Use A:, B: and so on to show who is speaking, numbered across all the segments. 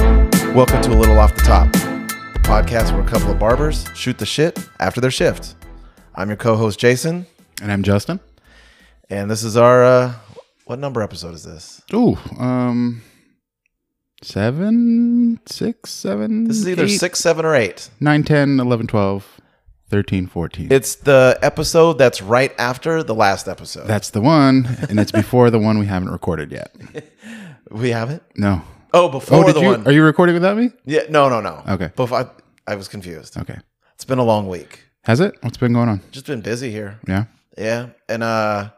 A: Welcome to A Little Off the Top, a podcast where a couple of barbers shoot the shit after their shift. I'm your co host, Jason,
B: And I'm Justin.
A: and this is our, uh, what number episode is this?
B: Ooh, um, seven, six, seven.
A: This is either
B: eight,
A: six, seven, or eight.
B: nine, 10, 11, 12, 13, 14.
A: It's the episode that's right after the last episode.
B: That's the one, and it's before the one we haven't recorded yet.
A: we have it?
B: No.
A: Oh,
B: Oh,
A: before
B: did
A: the
B: you?
A: one.
B: Are you recording without me?
A: yeah, no, no, no.
B: Okay.
A: Before, I, I was confused.
B: Okay.
A: It's been a long week.
B: Has it? What's been going on?
A: Just been busy here.
B: Yeah.
A: Yeah, and uh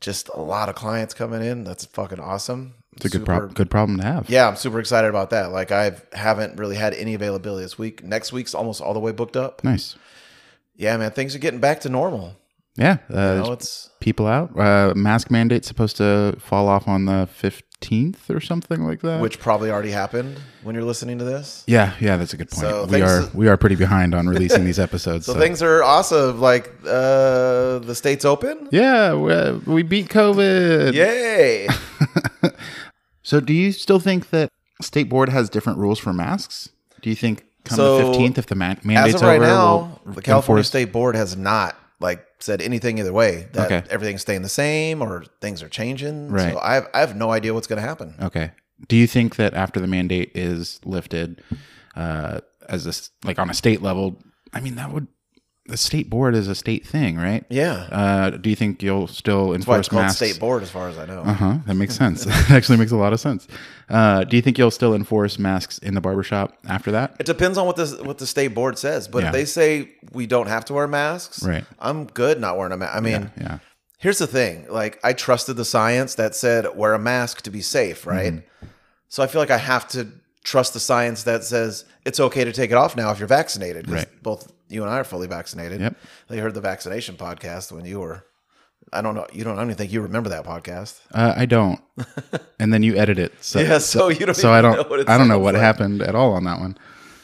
A: just a lot of clients coming in. That's fucking awesome.
B: It's a good
A: Super-
B: problem. Good problem to have.
A: Yeah, I'm super excited about that. Like I haven't really had any availability this week. Next week's almost all the way booked up.
B: Nice.
A: Yeah, man, things are getting back to normal.
B: Yeah. Uh,
A: You
B: there's
A: know, it's
B: people out. Uh, mask mandate's supposed to fall off on the fifteenth or something like that.
A: which probably already happened when you're listening to this.
B: Yeah, yeah, that's a good point.
A: So
B: we
A: thanks-
B: are we are pretty behind on releasing these episodes.
A: So,
B: so-
A: things are awesome. Like uh the state's open.
B: yeah, we, uh, we beat COVID.
A: Yay!
B: So, do you still think that state board has different rules for masks? Do you think come the
A: So,
B: fifteenth, if the man-
A: As
B: mandate's
A: of right
B: over,
A: now,
B: we'll
A: the California
B: enforce-
A: State Board has not like said anything either way that
B: Okay.
A: everything's staying the same or things are changing.
B: Right.
A: So I have, I have no idea what's going to happen.
B: Okay. Do you think that after the mandate is lifted, uh, as a s- like on a state level? I mean, that would the state board is a state thing, right?
A: Yeah.
B: Uh, do you think you'll still
A: That's why it's
B: enforce
A: called
B: masks?
A: State Board, as far as I know.
B: Uh huh. That makes sense. that actually makes a lot of sense. Uh, do you think you'll still enforce masks in the barbershop after that?
A: It depends on what the what the state board says, but
B: Yeah.
A: if they say we don't have to wear masks,
B: Right.
A: I'm good not wearing a mask. I mean,
B: Yeah.
A: here's the thing: like I trusted the science that said wear a mask to be safe, right?
B: Mm-hmm.
A: So I feel like I have to trust the science that says it's okay to take it off now if you're vaccinated. 'cause
B: Right.
A: Both you and I are fully vaccinated.
B: Yep.
A: They heard the vaccination podcast when you were. I don't know. You don't. I don't even think you remember that podcast.
B: Uh, I don't. and then you edit it. So,
A: Yeah, so you don't
B: so I
A: even
B: don't.
A: know what it
B: I don't know
A: sounds
B: what
A: like.
B: happened at all on that one.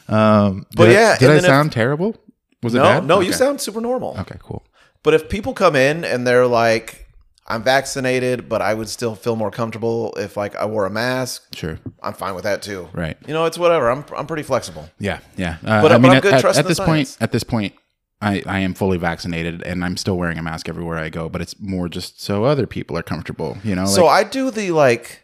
B: Um,
A: But
B: did I-
A: yeah,
B: did
A: and
B: I
A: then if-
B: sound terrible? Was it
A: No,
B: bad?
A: no, you
B: Okay.
A: sound super normal.
B: okay. Cool.
A: But if people come in and they're like, I'm vaccinated, but I would still feel more comfortable if like I wore a mask,
B: Sure.
A: I'm fine with that too.
B: Right.
A: You know, it's whatever. I'm I'm pretty flexible.
B: Yeah. Yeah. Uh,
A: But-
B: I
A: but
B: mean,
A: I'm
B: at,
A: good
B: at-
A: trusting
B: at
A: the
B: this point,
A: science.
B: at this point, I, I am fully vaccinated and I'm still wearing a mask everywhere I go, but it's more just so other people are comfortable, you know?
A: so I do the like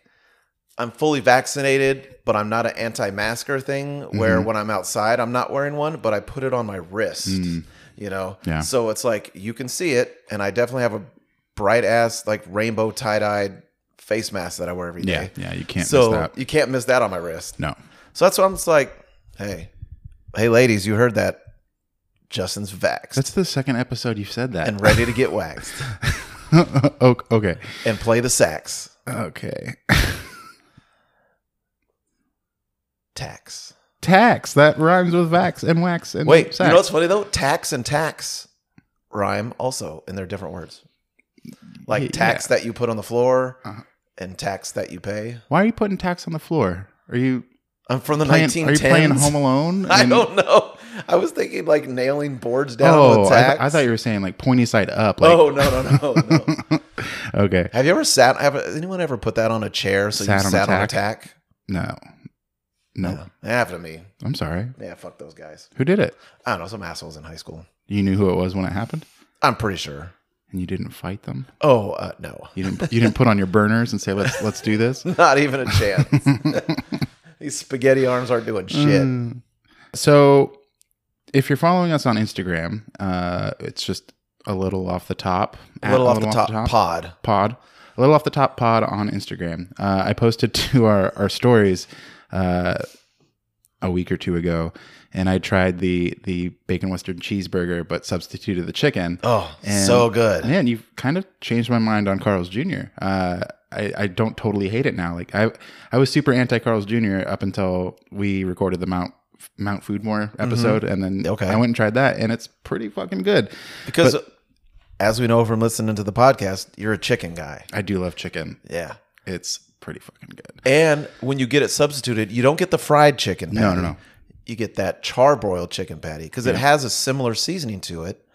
A: I'm fully vaccinated, but I'm not an anti-masker thing where
B: Mm-hmm.
A: when I'm outside I'm not wearing one, but I put it on my wrist. You know?
B: Mm. Yeah.
A: So it's like you can see it, and I definitely have a bright ass, like rainbow tie-dyed face mask that I wear every day.
B: yeah. Yeah. You can't
A: so
B: miss that.
A: you can't miss that on my wrist.
B: No.
A: So that's why I'm just like, hey, hey, ladies, you heard that? Justin's vaxxed
B: That's the second episode you've said that.
A: and ready to get waxed
B: O- okay.
A: and play the sax.
B: Okay.
A: Tax.
B: Tax. That rhymes with vax and wax and
A: Wait,
B: sax.
A: you know what's funny though? Tax and tax rhyme also, and they're different words. Like
B: Yeah.
A: tax that you put on the floor
B: Uh-huh.
A: and tax that you pay.
B: Why are you putting tax on the floor? Are you
A: I'm from the
B: playing,
A: 1910s.
B: are you playing Home Alone?
A: I
B: And-
A: don't know. I was thinking like nailing boards down
B: Oh,
A: with
B: I, th-
A: tax.
B: I thought you were saying like pointy side up. Like,
A: oh no no no no.
B: okay.
A: have you ever sat? Have anyone ever put that on a chair so
B: Sat
A: you
B: on a
A: sat on a
B: tack?
A: tack?
B: No. No.
A: Yeah, that happened to me.
B: I'm sorry.
A: Yeah, fuck those guys.
B: Who did it?
A: I don't know, some assholes in high school.
B: You knew who it was when it happened?
A: I'm pretty sure.
B: And you didn't fight them?
A: Oh, uh, no.
B: You didn't you didn't put on your burners and say let's let's do this?
A: Not even a chance. These spaghetti arms aren't doing shit.
B: Mm. So, if you're following us on Instagram, uh, it's just a little off the top.
A: a
B: at
A: little off the top, pod.
B: pod. A little off the top pod on Instagram. Uh, I posted to our our stories uh, a week or two ago, and I tried the the bacon western cheeseburger, but substituted the chicken.
A: Oh,
B: And-
A: so good.
B: Man, you've kind of changed my mind on Carl's Jr. Uh, I, I don't totally hate it now. Like I, I was super anti Carl's Jr. up until we recorded the Mount Mount Foodmore episode, and then
A: Mm-hmm. Okay.
B: I went and tried that, and it's pretty fucking good.
A: Because as we know from listening to the podcast, you're a chicken guy.
B: I do love chicken.
A: Yeah.
B: It's pretty fucking good.
A: And when you get it substituted, you don't get the fried chicken patty.
B: No, no, no.
A: You get that charbroiled chicken patty because it has a similar seasoning to it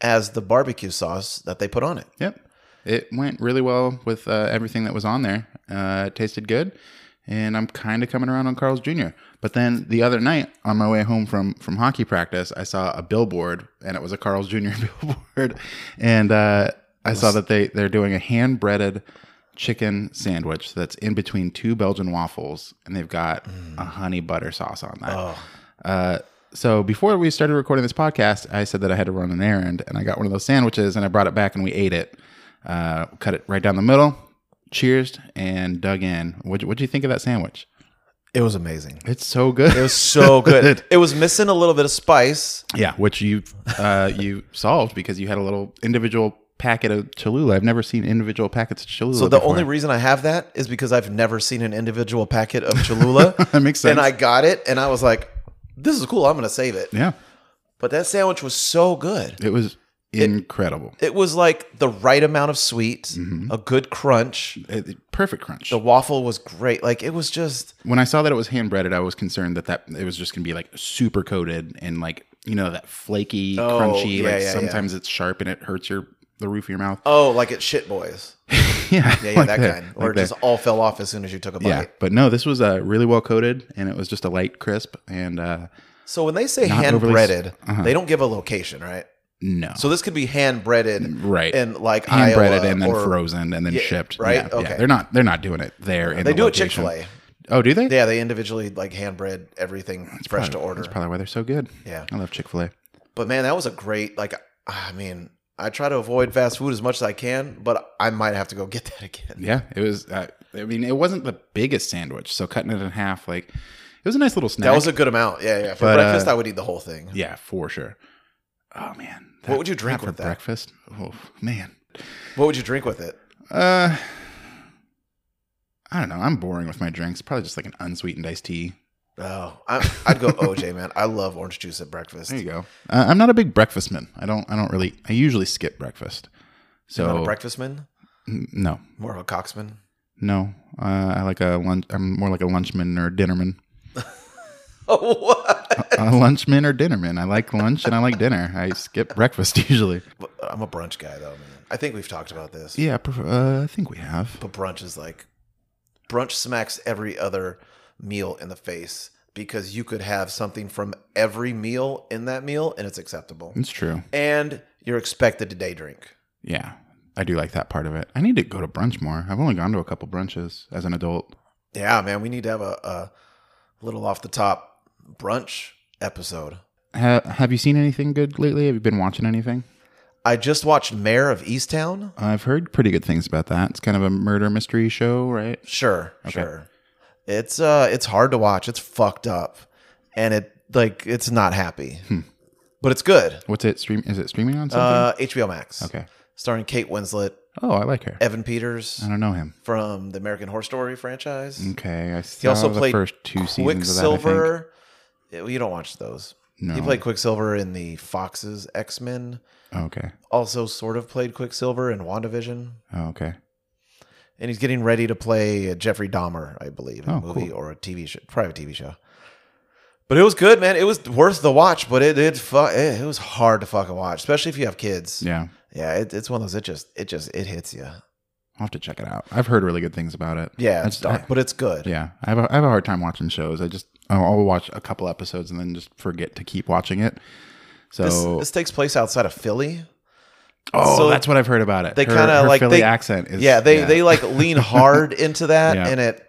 A: as the barbecue sauce that they put on it.
B: Yep, it went really well with uh, everything that was on there. Uh, it tasted good, and I'm kind of coming around on Carl's Jr. But then the other night on my way home from from hockey practice, I saw a billboard, and it was a Carl's Jr. billboard, and uh, I saw that they they're doing a hand breaded chicken sandwich that's in between two Belgian waffles, and they've got a honey butter sauce on that. Uh, so before we started recording this podcast, I said that I had to run an errand, and I got one of those sandwiches, and I brought it back, and we ate it. Uh, cut it right down the middle, cheers, and dug in. What what do you think of that sandwich?
A: It was amazing.
B: It's so good.
A: It was so good. it was missing a little bit of spice.
B: yeah, which you uh, you solved because you had a little individual packet of Cholula. I've never seen individual packets of Cholula.
A: So the
B: before.
A: only reason I have that is because I've never seen an individual packet of Cholula.
B: That makes sense.
A: And I got it, and I was like, "This is cool. I'm gonna save it."
B: yeah,
A: But that sandwich was so good.
B: it was incredible.
A: It was like the right amount of sweet,
B: Mm-hmm.
A: a good crunch.
B: It- it- perfect crunch.
A: The waffle was great. Like it was just
B: when I saw that it was hand breaded, I was concerned that that it was just going to be like super coated and like you know that flaky,
A: Oh,
B: crunchy.
A: yeah, yeah,
B: like
A: yeah.
B: sometimes it's sharp and it hurts your the roof of your mouth.
A: oh, like it shit boys.
B: yeah,
A: Yeah, yeah,
B: like
A: that
B: there,
A: kind. Or
B: like
A: it just all fell off as soon as you took a bite.
B: there. yeah. But no, this was uh, really well coated and it was just a light crisp and uh,
A: So when they say
B: Not
A: hand
B: overly s- uh-huh.
A: breaded, they don't give a location, right?
B: no,
A: So this could be hand breaded,
B: right.
A: And like
B: hand breaded
A: Iowa
B: and then
A: or-
B: frozen and then
A: Yeah,
B: shipped.
A: right?
B: Yeah, yeah.
A: Okay.
B: They're not they're not doing it there. In
A: They
B: the
A: do at Chick
B: location.
A: Fil A.
B: Oh, do they? Oh,
A: Yeah, they individually like hand bread everything fresh to order.
B: That's probably why they're so good.
A: Yeah.
B: I love Chick Fil A.
A: But man, that was a great like. I mean, I try to avoid fast food as much as I can, but I might have to go get that again.
B: Yeah, it was. Uh, I mean, it wasn't the biggest sandwich, so cutting it in half, like, it was a nice little snack.
A: That was a good amount. Yeah, yeah. For
B: But, uh,
A: breakfast, I would eat the whole thing.
B: yeah, for sure. Oh man,
A: What would you drink
B: for
A: with that?
B: breakfast? Oh man,
A: What would you drink with it?
B: uh, I don't know. I'm boring with my drinks. Probably just like an unsweetened iced tea.
A: Oh, I, I'd go OJ, man. I love orange juice at breakfast.
B: There you go. Uh, I'm not a big breakfast man. I don't. I don't really. I usually skip breakfast. So
A: Not a breakfast man,
B: n- no,
A: more of a coxman.
B: no. Uh, I like a lunch. I'm more like a lunchman or dinnerman.
A: Oh, what?
B: a lunchman Uh, or dinnerman. I like lunch and I like dinner. I skip breakfast usually.
A: But I'm a brunch guy, though, man. I think we've talked about this.
B: Yeah, I prefer- uh, I think we have.
A: But brunch is like brunch smacks every other meal in the face because you could have something from every meal in that meal and it's acceptable.
B: It's true.
A: And you're expected to day drink.
B: Yeah, I do like that part of it. I need to go to brunch more. I've only gone to a couple brunches as an adult.
A: Yeah, man, we need to have a, a little off the top brunch episode.
B: Ha- have you seen anything good lately? Have you been watching anything?
A: I just watched Mayor of Easttown.
B: I've heard pretty good things about that. It's kind of a murder mystery show, right?
A: Sure, sure. It's uh it's hard to watch. It's fucked up. And it like it's not happy.
B: Hmm.
A: But it's good.
B: What's it stream? Is it streaming on something?
A: Uh HBO Max.
B: okay.
A: Starring Kate Winslet,
B: Oh, I like her.
A: Evan Peters
B: I don't know him.
A: from the American Horror Story franchise.
B: Okay, I saw
A: He also
B: the
A: played
B: first Mm, two seasons of that. I think.
A: Quicksilver. Yeah, well, You don't watch those. He
B: No.
A: played Quicksilver in the Fox's X Men.
B: okay.
A: Also, sort of played Quicksilver in WandaVision.
B: Oh, okay.
A: And he's getting ready to play Jeffrey Dahmer, I believe, in
B: Oh,
A: a movie
B: cool.
A: or a TV show, private TV show. But it was good, man. It was worth the watch, but it it, fu- eh, it it was hard to fucking watch, especially if you have kids.
B: Yeah.
A: yeah it, it's one of those. It just it just it hits you.
B: I'll have to check it out. I've heard really good things about it.
A: Yeah,
B: That's-
A: it's dark, but it's good.
B: Yeah, I have a, I have a hard time watching shows. I just I'll I'll watch a couple episodes and then just forget to keep watching it. So
A: This, this takes place outside of Philly.
B: oh,
A: so
B: that's what I've heard about it.
A: they
B: Her-
A: kinda
B: her
A: like-
B: Philly
A: they-
B: accent. Is,
A: yeah, they they like lean hard into that,
B: Yeah.
A: and it.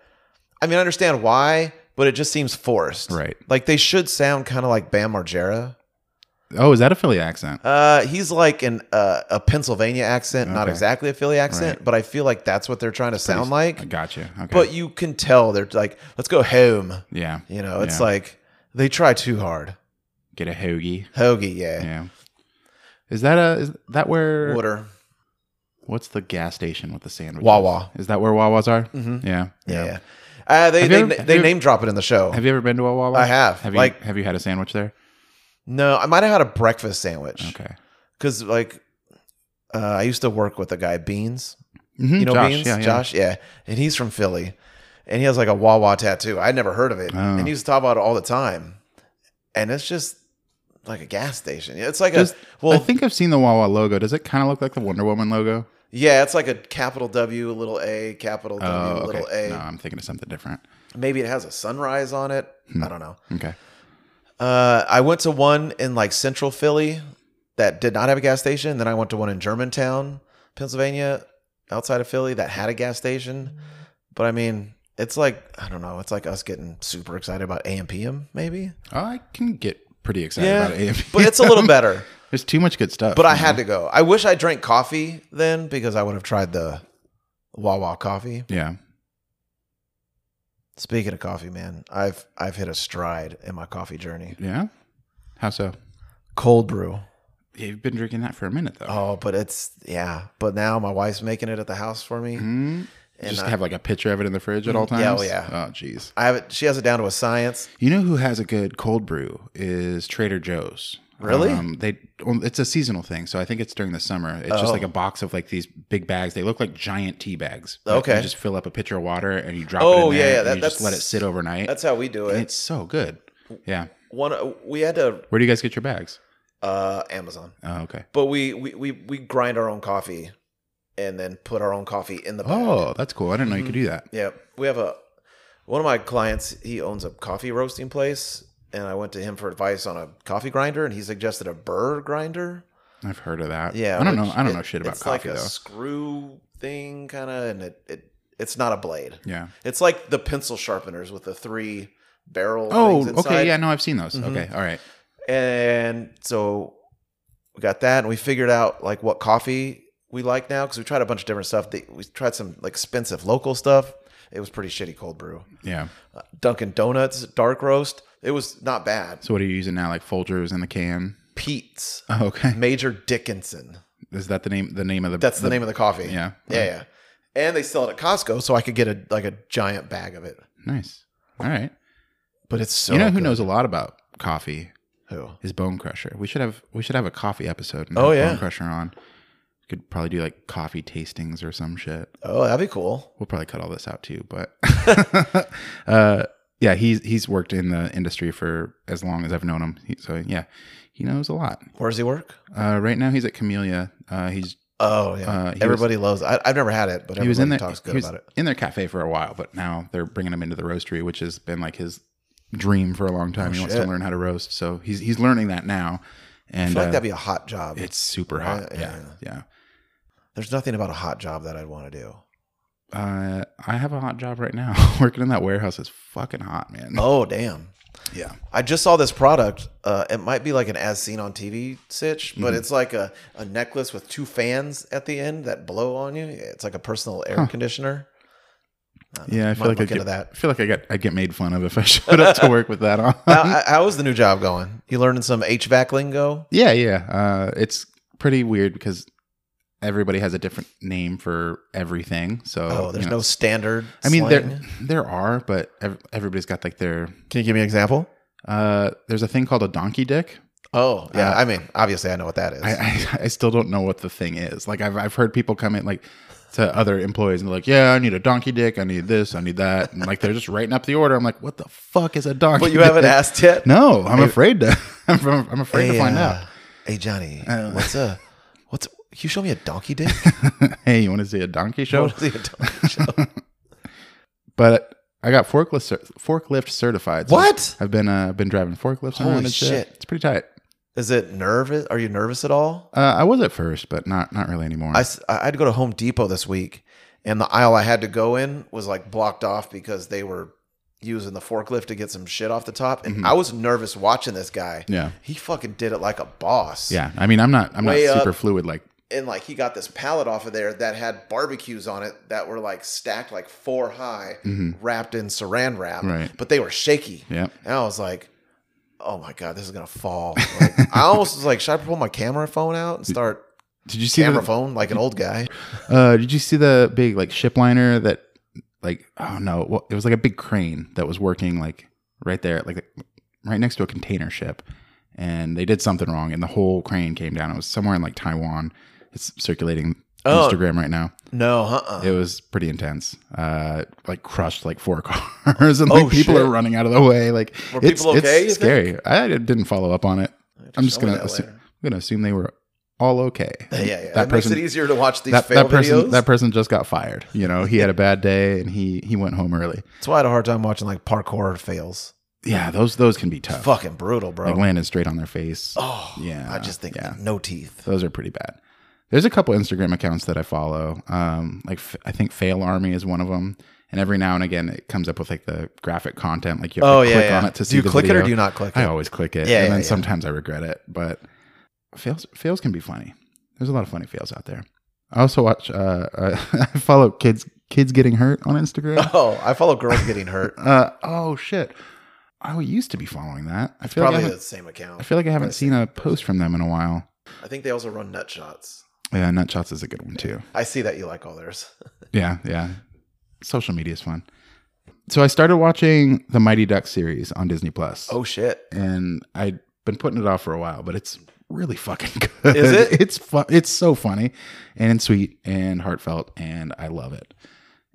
A: I mean, I understand why, but it just seems forced.
B: Right.
A: Like they should sound kind of like Bam Margera.
B: oh, is that a Philly accent?
A: Uh, he's like an uh, a Pennsylvania accent, not
B: Okay.
A: exactly a Philly accent, but I feel like that's what they're trying to sound like.
B: I gotcha. Okay,
A: But you can tell they're like, "Let's go home."
B: yeah,
A: You know, it's
B: Yeah.
A: like they try too hard.
B: get a hoagie.
A: Hoagie, yeah.
B: Yeah, is that a is that where
A: Water.
B: what's the gas station with the sandwiches?
A: Wawa.
B: Is that where Wawas are?
A: Mhm.
B: Yeah,
A: Yeah. yeah. Uh, they
B: Have
A: they,
B: you ever- have
A: they
B: you-
A: name drop it in the show.
B: Have you ever been to a Wawa?
A: I have,
B: Have you
A: like-
B: have you had a sandwich there?
A: no, I might have had a breakfast sandwich.
B: Okay.
A: because like uh, I used to work with a guy Beans,
B: Mhm,
A: you know
B: Josh,
A: Beans,
B: yeah, yeah.
A: Josh, yeah, and he's from Philly, and he has like a Wawa tattoo. I never heard of it,
B: Oh.
A: and he used to talk about it all the time, and it's just like a gas station. It's like
B: Does-
A: a well,
B: I think I've seen the Wawa logo. Does it kind of look like the Wonder Woman logo?
A: Yeah, it's like a capital W, little A, capital W,
B: Oh, okay.
A: little A.
B: No, I'm thinking of something different.
A: Maybe it has a sunrise on it. I don't know.
B: Okay.
A: Uh, I went to one in like central Philly that did not have a gas station. Then I went to one in Germantown, Pennsylvania, outside of Philly that had a gas station. But I mean, it's like, I don't know, it's like us getting super excited about AM PM, maybe.
B: Oh, I can get pretty excited
A: Yeah,
B: about AMP.
A: But it's a little better.
B: There's too much good stuff.
A: But I
B: you
A: had
B: know?
A: to go. I wish I drank coffee then because I would have tried the Wawa coffee.
B: Yeah.
A: Speaking of coffee, man, I've I've hit a stride in my coffee journey.
B: Yeah. How so?
A: Cold brew.
B: You've been drinking that for a minute though.
A: Oh, but it's yeah. But now my wife's making it at the house for me.
B: Mm. You
A: And
B: just
A: I-
B: have like a picture of it in the fridge at all times.
A: Yeah, oh, yeah.
B: Oh, jeez.
A: I have it. She has it down to a science.
B: You know who has a good cold brew is Trader Joe's.
A: Really?
B: Um, they well, it's a seasonal thing, so I think it's during the summer. It's
A: Oh.
B: just like a box of like these big bags. They look like giant tea bags.
A: Okay.
B: You just fill up a pitcher of water and you drop it
A: Oh,
B: in
A: yeah,
B: there
A: yeah,
B: and
A: that-
B: you just let it
A: that's-
B: sit overnight.
A: That's how we do
B: and
A: it.
B: it's so good. Yeah.
A: One uh, we had to
B: Where do you guys get your bags?
A: uh, Amazon,
B: Oh, okay.
A: but we we we we grind our own coffee, and then put our own coffee in the bag.
B: Oh, that's cool. I didn't know you could
A: Mm-hmm.
B: do that.
A: Yeah, we have a one of my clients. He owns a coffee roasting place, and I went to him for advice on a coffee grinder, and he suggested a burr grinder.
B: I've heard of that.
A: Yeah,
B: I don't
A: which
B: know. I don't
A: it-
B: know shit about
A: it's
B: coffee
A: like a
B: though.
A: Screw thing, kind of, and it, it it's not a blade.
B: yeah.
A: It's like the pencil sharpeners with the three barrel.
B: Oh,
A: things inside. Mm-hmm.
B: okay. Yeah, no, I've seen those. Okay. All right.
A: And so we got that, and we figured out like what coffee we like now because we tried a bunch of different stuff. They- We tried some like expensive local stuff. It was pretty shitty cold brew.
B: Yeah.
A: Uh, Dunkin' Donuts dark roast. It was not bad.
B: So what are you using now? Like Folgers in the can?
A: Pete's
B: Oh, okay.
A: Major Dickinson.
B: Is that the name? The name of the?
A: That's the, name of the coffee.
B: Yeah.
A: yeah, yeah. And they sell it at Costco, so I could get a like a giant bag of it.
B: Nice. All right.
A: But it's so
B: you know who
A: good.
B: knows a lot about coffee
A: who.
B: is Bone Crusher. We should have we should have a coffee episode. and
A: Oh,
B: have
A: yeah.
B: Bone Crusher on. Could probably do like coffee tastings or some shit.
A: Oh, that'd be cool.
B: We'll probably cut all this out too, but uh, yeah, he's he's worked in the industry for as long as I've known him. He, so yeah, he knows a lot.
A: Where does he work?
B: Uh, right now he's at Camellia. Uh, he's
A: Oh yeah,
B: Uh, he was-
A: everybody loves. I, I've never had it, but
B: he was in
A: everybody
B: their
A: talks good
B: he was
A: about it.
B: in their cafe for a while, but now they're bringing him into the roastery, which has been like his dream for a long time. he wants to
A: Oh, shit.
B: learn how to roast, so he's he's learning that now.
A: I
B: And
A: feel like
B: uh,
A: that'd be a hot job.
B: it's super hot.
A: Yeah,
B: yeah,
A: yeah,
B: yeah.
A: There's nothing about a hot job that I'd want to do.
B: Uh, I have a hot job right now. Working in that warehouse is fucking hot, man.
A: Oh damn!
B: Yeah,
A: I just saw this product. Uh, it might be like an as seen on TV sitch,
B: Mm-hmm.
A: but it's like a, a necklace with two fans at the end that blow on you. It's like a personal air conditioner.
B: yeah. I
A: Might
B: feel like I
A: look into
B: get,
A: that.
B: I feel like I got I get made fun of if I showed up to work with that on.
A: How, how- how is the new job going? You learning some HVAC lingo?
B: Yeah, yeah. Uh, it's pretty weird because everybody has a different name for everything. So
A: Oh,
B: you
A: there's
B: know,
A: no standard.
B: I mean, there
A: slang?
B: there are, but ev- everybody's got like their.
A: can you give me an example?
B: Uh, there's a thing called a donkey dick.
A: Oh yeah,
B: Uh,
A: I mean, obviously I know what that is.
B: I, I I still don't know what the thing is. Like I've I've heard people come in like to other employees and they're like, yeah, I need a donkey dick. I need this. I need that. And like they're just writing up the order. I'm like, what the fuck is a donkey?
A: but you haven't
B: dick?"
A: asked yet.
B: No, I'm afraid to. I'm, I'm afraid to find
A: uh,
B: out.
A: Hey Johnny,
B: Uh.
A: what's a what's can you show me a donkey dick?
B: hey, you want to see a donkey show?
A: What is a donkey show?
B: but I got forklift cer- forklift certified.
A: What?
B: I've been uh been driving forklifts
A: Holy
B: around and shit.
A: shit.
B: It's pretty tight.
A: Is it nervous? Are you nervous at all?
B: Uh, I was at first, but not not really anymore.
A: I, s- I had to go to Home Depot this week, and the aisle I had to go in was like blocked off because they were using the forklift to get some shit off the top,
B: Mm-hmm.
A: and I was nervous watching this guy.
B: yeah,
A: He fucking did it like a boss.
B: yeah. I mean, I'm not I'm not
A: Way up.
B: super fluid like.
A: and like he got this pallet off of there that had barbecues on it that were like stacked like four high, wrapped in saran wrap,
B: Mm-hmm. Right.
A: but they were shaky.
B: Yeah.
A: And I was like, oh my God, this is going to fall. Like, I almost was like, should I pull my camera phone out and start
B: Did you see
A: camera
B: the,
A: phone like an old guy?
B: uh Did you see the big like ship liner that like oh no well, it was like a big crane that was working like right there like right next to a container ship and they did something wrong and the whole crane came down. It was somewhere in like Taiwan. It's circulating
A: Oh.
B: Instagram right now.
A: No, uh-uh.
B: It was pretty intense. Uh, like crushed like four cars, and like
A: Oh,
B: people
A: shit.
B: are running out of the way. Like
A: Were
B: it's,
A: people okay, you
B: it's scary. I didn't follow up on it. I'm just
A: Show me
B: gonna
A: that
B: assume,
A: later.
B: I'm gonna assume they were all okay.
A: Uh, Yeah, yeah. That,
B: That
A: makes
B: person-
A: it easier to watch these
B: That,
A: fail
B: that person
A: videos.
B: that person just got fired. You know, he had a bad day and he he went home early.
A: That's why I had a hard time watching like parkour fails.
B: Yeah, those those can be tough.
A: Fucking brutal, bro.
B: Like landing straight on their face.
A: oh,
B: yeah,
A: I just think
B: yeah.
A: no teeth.
B: Those are pretty bad. There's a couple Instagram accounts that I follow. Um, like f- I think Fail Army is one of them. And every now and again, it comes up with like the graphic content. Like you have
A: Oh
B: to
A: yeah,
B: click
A: yeah.
B: on it to see.
A: do you
B: the
A: click it or
B: video.
A: do you not click it?
B: I always click it,
A: Yeah,
B: and
A: yeah,
B: then
A: yeah.
B: sometimes I regret it. But fails fails can be funny. There's a lot of funny fails out there. I also watch. Uh, uh, I follow kids kids getting hurt on Instagram.
A: Oh, I follow girls getting hurt.
B: Uh, oh shit! I used to be following that. I feel like I
A: Probably
B: haven't,
A: the same account.
B: I feel like I haven't
A: the
B: seen a post from them in a while.
A: I think they also run nut shots.
B: Yeah, Nutshots is a good one too.
A: I see that you like all theirs.
B: Yeah, yeah. Social media is fun. So I started watching the Mighty Duck series on Disney Plus.
A: Oh shit.
B: and I'd been putting it off for a while, but it's really fucking good.
A: Is it?
B: It's fu- It's so funny and sweet and heartfelt, and I love it.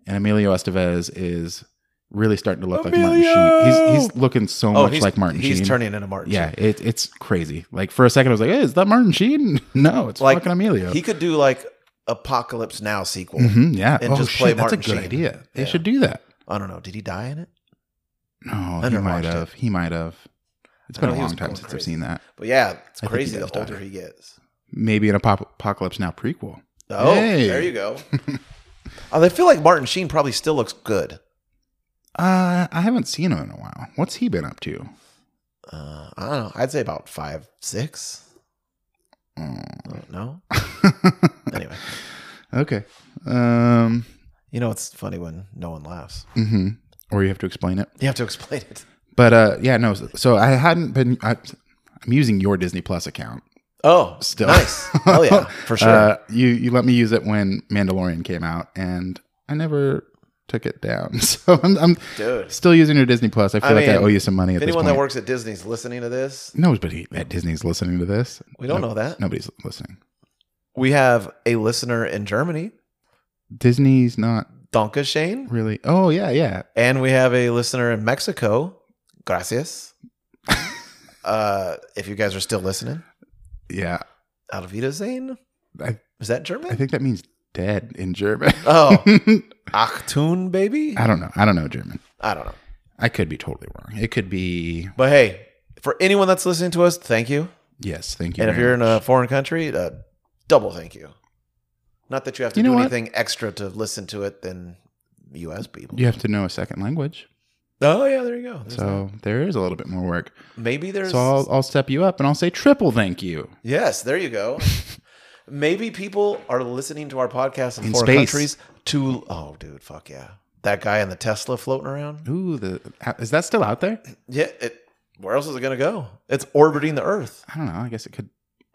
B: And Emilio Estevez is really starting to look like Martin Sheen. He's,
A: Emilio!
B: he's looking so
A: Oh,
B: much
A: he's
B: like Martin
A: He's
B: Sheen.
A: turning into Martin.
B: yeah, it, it's crazy. Like for a second, I was like, "Hey, is that Martin Sheen?" No, it's
A: Like,
B: fucking Emilio.
A: Sheen. He could do like Apocalypse Now sequel.
B: Mhm, yeah,
A: and
B: oh,
A: just
B: shit,
A: play
B: that's a
A: Martin
B: good
A: Sheen.
B: idea. They
A: Yeah.
B: should do that.
A: I don't know. Did he die in it?
B: No, he
A: never
B: might
A: watched it.
B: have. He might have. It's
A: I
B: been
A: know
B: a
A: he was
B: long time
A: going
B: since I've
A: crazy.
B: seen that.
A: But yeah, it's
B: I think he
A: crazy the
B: does die.
A: older he gets.
B: Maybe an Apop- Apocalypse Now prequel.
A: Oh,
B: Hey.
A: there you go. Oh, I feel like Martin Sheen probably still looks good.
B: Uh, I haven't seen him in a while. What's he been up to?
A: Uh, I don't know. I'd say about five, six.
B: Oh.
A: No.
B: Mm.
A: Anyway,
B: okay. Um.
A: you know it's funny when no one laughs.
B: hmm Or you have to explain it.
A: You have to explain it.
B: But uh, yeah, no. So, so I hadn't been. I, I'm using your Disney Plus account
A: Oh,
B: still.
A: nice. Oh yeah, for sure.
B: Uh, you you let me use it when Mandalorian came out, and I never took it down. So I'm, I'm
A: Dude,
B: still using your Disney Plus. I feel
A: I
B: like I
A: mean,
B: owe you some money at
A: if
B: this
A: anyone
B: point.
A: that works at Disney's listening to this,
B: Nobody at Disney's listening to this.
A: we don't
B: Nope.
A: know that.
B: Nobody's listening.
A: We have a listener in Germany,
B: Disney's not
A: Donka Shane,
B: really. Oh yeah, yeah.
A: and we have a listener in Mexico. Gracias. uh, if you guys are still listening,
B: Yeah,
A: Alvida Zane.
B: I,
A: Is that
B: I
A: German?
B: think that means dead in German.
A: Oh,
B: I
A: Achtung, baby.
B: don't know. I don't know German.
A: I don't know.
B: I could be totally wrong. It could be
A: But hey, for anyone that's listening to us, thank you.
B: yes. Thank you.
A: And if
B: very
A: you're in
B: much.
A: a foreign country, uh, double thank you. Not that you have to
B: You know
A: do
B: what?
A: anything extra to listen to it than U.S. people.
B: you have to know a second language,
A: Oh yeah, there you go. There's that.
B: so there is a little bit more work.
A: maybe there's
B: So I'll, I'll step you up and I'll say triple thank you.
A: yes. There you go. maybe people are listening to our podcast in,
B: In
A: foreign
B: space.
A: countries. To oh, dude, fuck yeah, that guy in the Tesla floating around.
B: Ooh, the is that still out there?
A: Yeah, it, where else is it gonna go? It's orbiting the Earth.
B: I don't know. I guess it could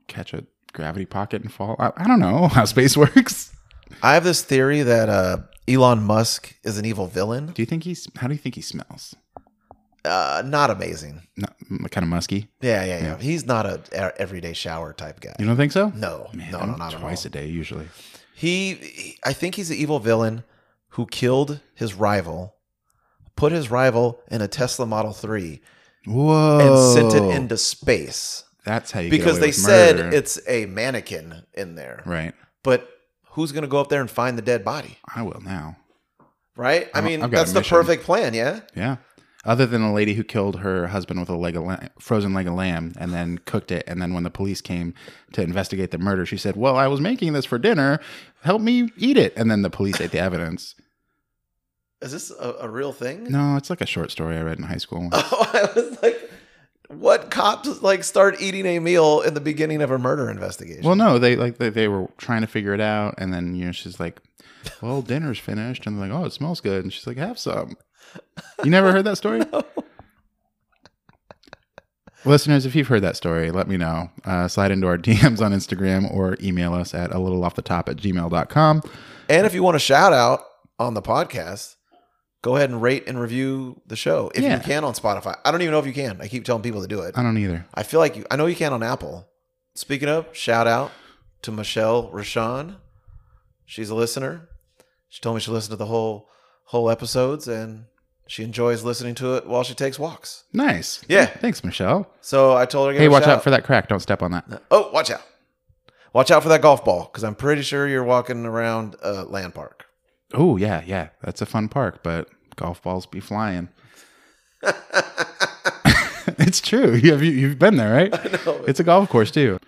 B: catch a gravity pocket and fall. I, I don't know how space works.
A: I have this theory that uh, Elon Musk is an evil villain.
B: Do you think he's? How do you think he smells?
A: Uh, not amazing.
B: Not, kind of musky.
A: Yeah, yeah, yeah. He's not a e- everyday shower type guy.
B: You don't think so?
A: No,
B: Man,
A: no,
B: I'm
A: no, not at all.
B: twice a day usually.
A: He, he- I think he's an evil villain who killed his rival, put his rival in a Tesla Model Three,
B: Whoa!
A: and sent it into space
B: That's how you
A: because
B: Oh. get away
A: they
B: with
A: said
B: murder.
A: it's a mannequin in there.
B: right.
A: But who's going to go up there and find the dead body?
B: I will now.
A: Right? I
B: I'm-
A: mean,
B: I've got a
A: that's the
B: mission.
A: perfect plan. Yeah.
B: Yeah. Other than a lady who killed her husband with a leg of lamb, frozen leg of lamb and then cooked it, and then when the police came to investigate the murder, she said, "Well, I was making this for dinner. Help me eat it." And then the police ate the evidence.
A: Is this a, a real thing?
B: No, it's like a short story I read in high school.
A: Oh, I was like, what cops like start eating a meal in the beginning of a murder investigation?
B: Well, no, they like they, they were trying to figure it out, and then you know she's like, "Well, dinner's finished," and they're like, "Oh, it smells good," and she's like, "Have some." You never heard that story? Listeners, if you've heard that story, let me know. Uh, slide into our DMs on Instagram or email us at a little off the top at gmail.com.
A: and if you want a shout out on the podcast, go ahead and rate and review the show if
B: Yeah.
A: you can on Spotify. I don't even know if you can. I keep telling people to do it.
B: I don't either.
A: I feel like you, I know you can on Apple. Speaking of, shout out to Michelle Rashawn. She's a listener. She told me she listened to the whole whole episodes and she enjoys listening to it while she takes walks.
B: Nice.
A: Yeah.
B: Thanks, Michelle.
A: So I told her, to give
B: Hey,
A: her a
B: watch
A: shout
B: out for that crack. Don't step on that.
A: Oh, watch out. Watch out for that golf ball because I'm pretty sure you're walking around a land park.
B: Oh yeah, yeah. That's a fun park, but golf balls be flying. it's true. You have you, you've been there, right?
A: know.
B: It's a golf course too.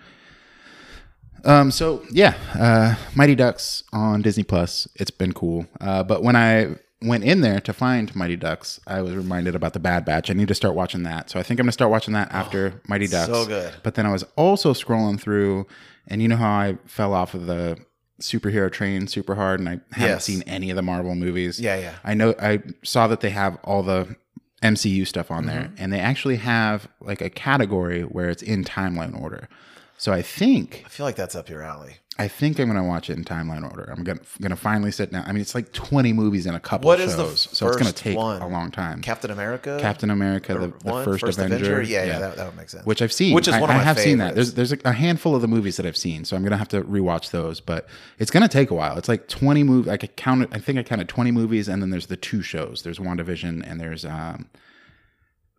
B: Um, so yeah, uh, Mighty Ducks on Disney Plus. It's been cool. Uh, but when I went in there to find Mighty Ducks, I was reminded about the Bad Batch. I need to start watching that. So I think I'm gonna start watching that after Mighty Ducks.
A: Oh, so good.
B: But then I was also scrolling through, and you know how I fell off of the superhero train super hard, and I haven't
A: Yes.
B: seen any of the Marvel movies.
A: Yeah, yeah.
B: I know I saw that they have all the MCU stuff on there,
A: Mm-hmm.
B: and they actually have like a category where it's in timeline order. So I think
A: I feel like that's up your alley.
B: I think I'm gonna watch it in timeline order. I'm gonna gonna finally sit down. I mean, it's like 20 movies in a couple
A: What
B: shows,
A: is the
B: so it's gonna
A: first
B: take
A: one?
B: a long time.
A: Captain America.
B: Captain America, the, the
A: one,
B: first, Avenger,
A: Yeah, yeah, that, that would make sense.
B: which I've seen.
A: Which is
B: I,
A: one of
B: I
A: my
B: have seen that. There's
A: favorites.
B: there's a handful of the movies that I've seen, so I'm gonna have to rewatch those. But it's gonna take a while. It's like 20 movies. I could count. I think I counted 20 movies, and then there's the two shows. There's WandaVision, and there's um,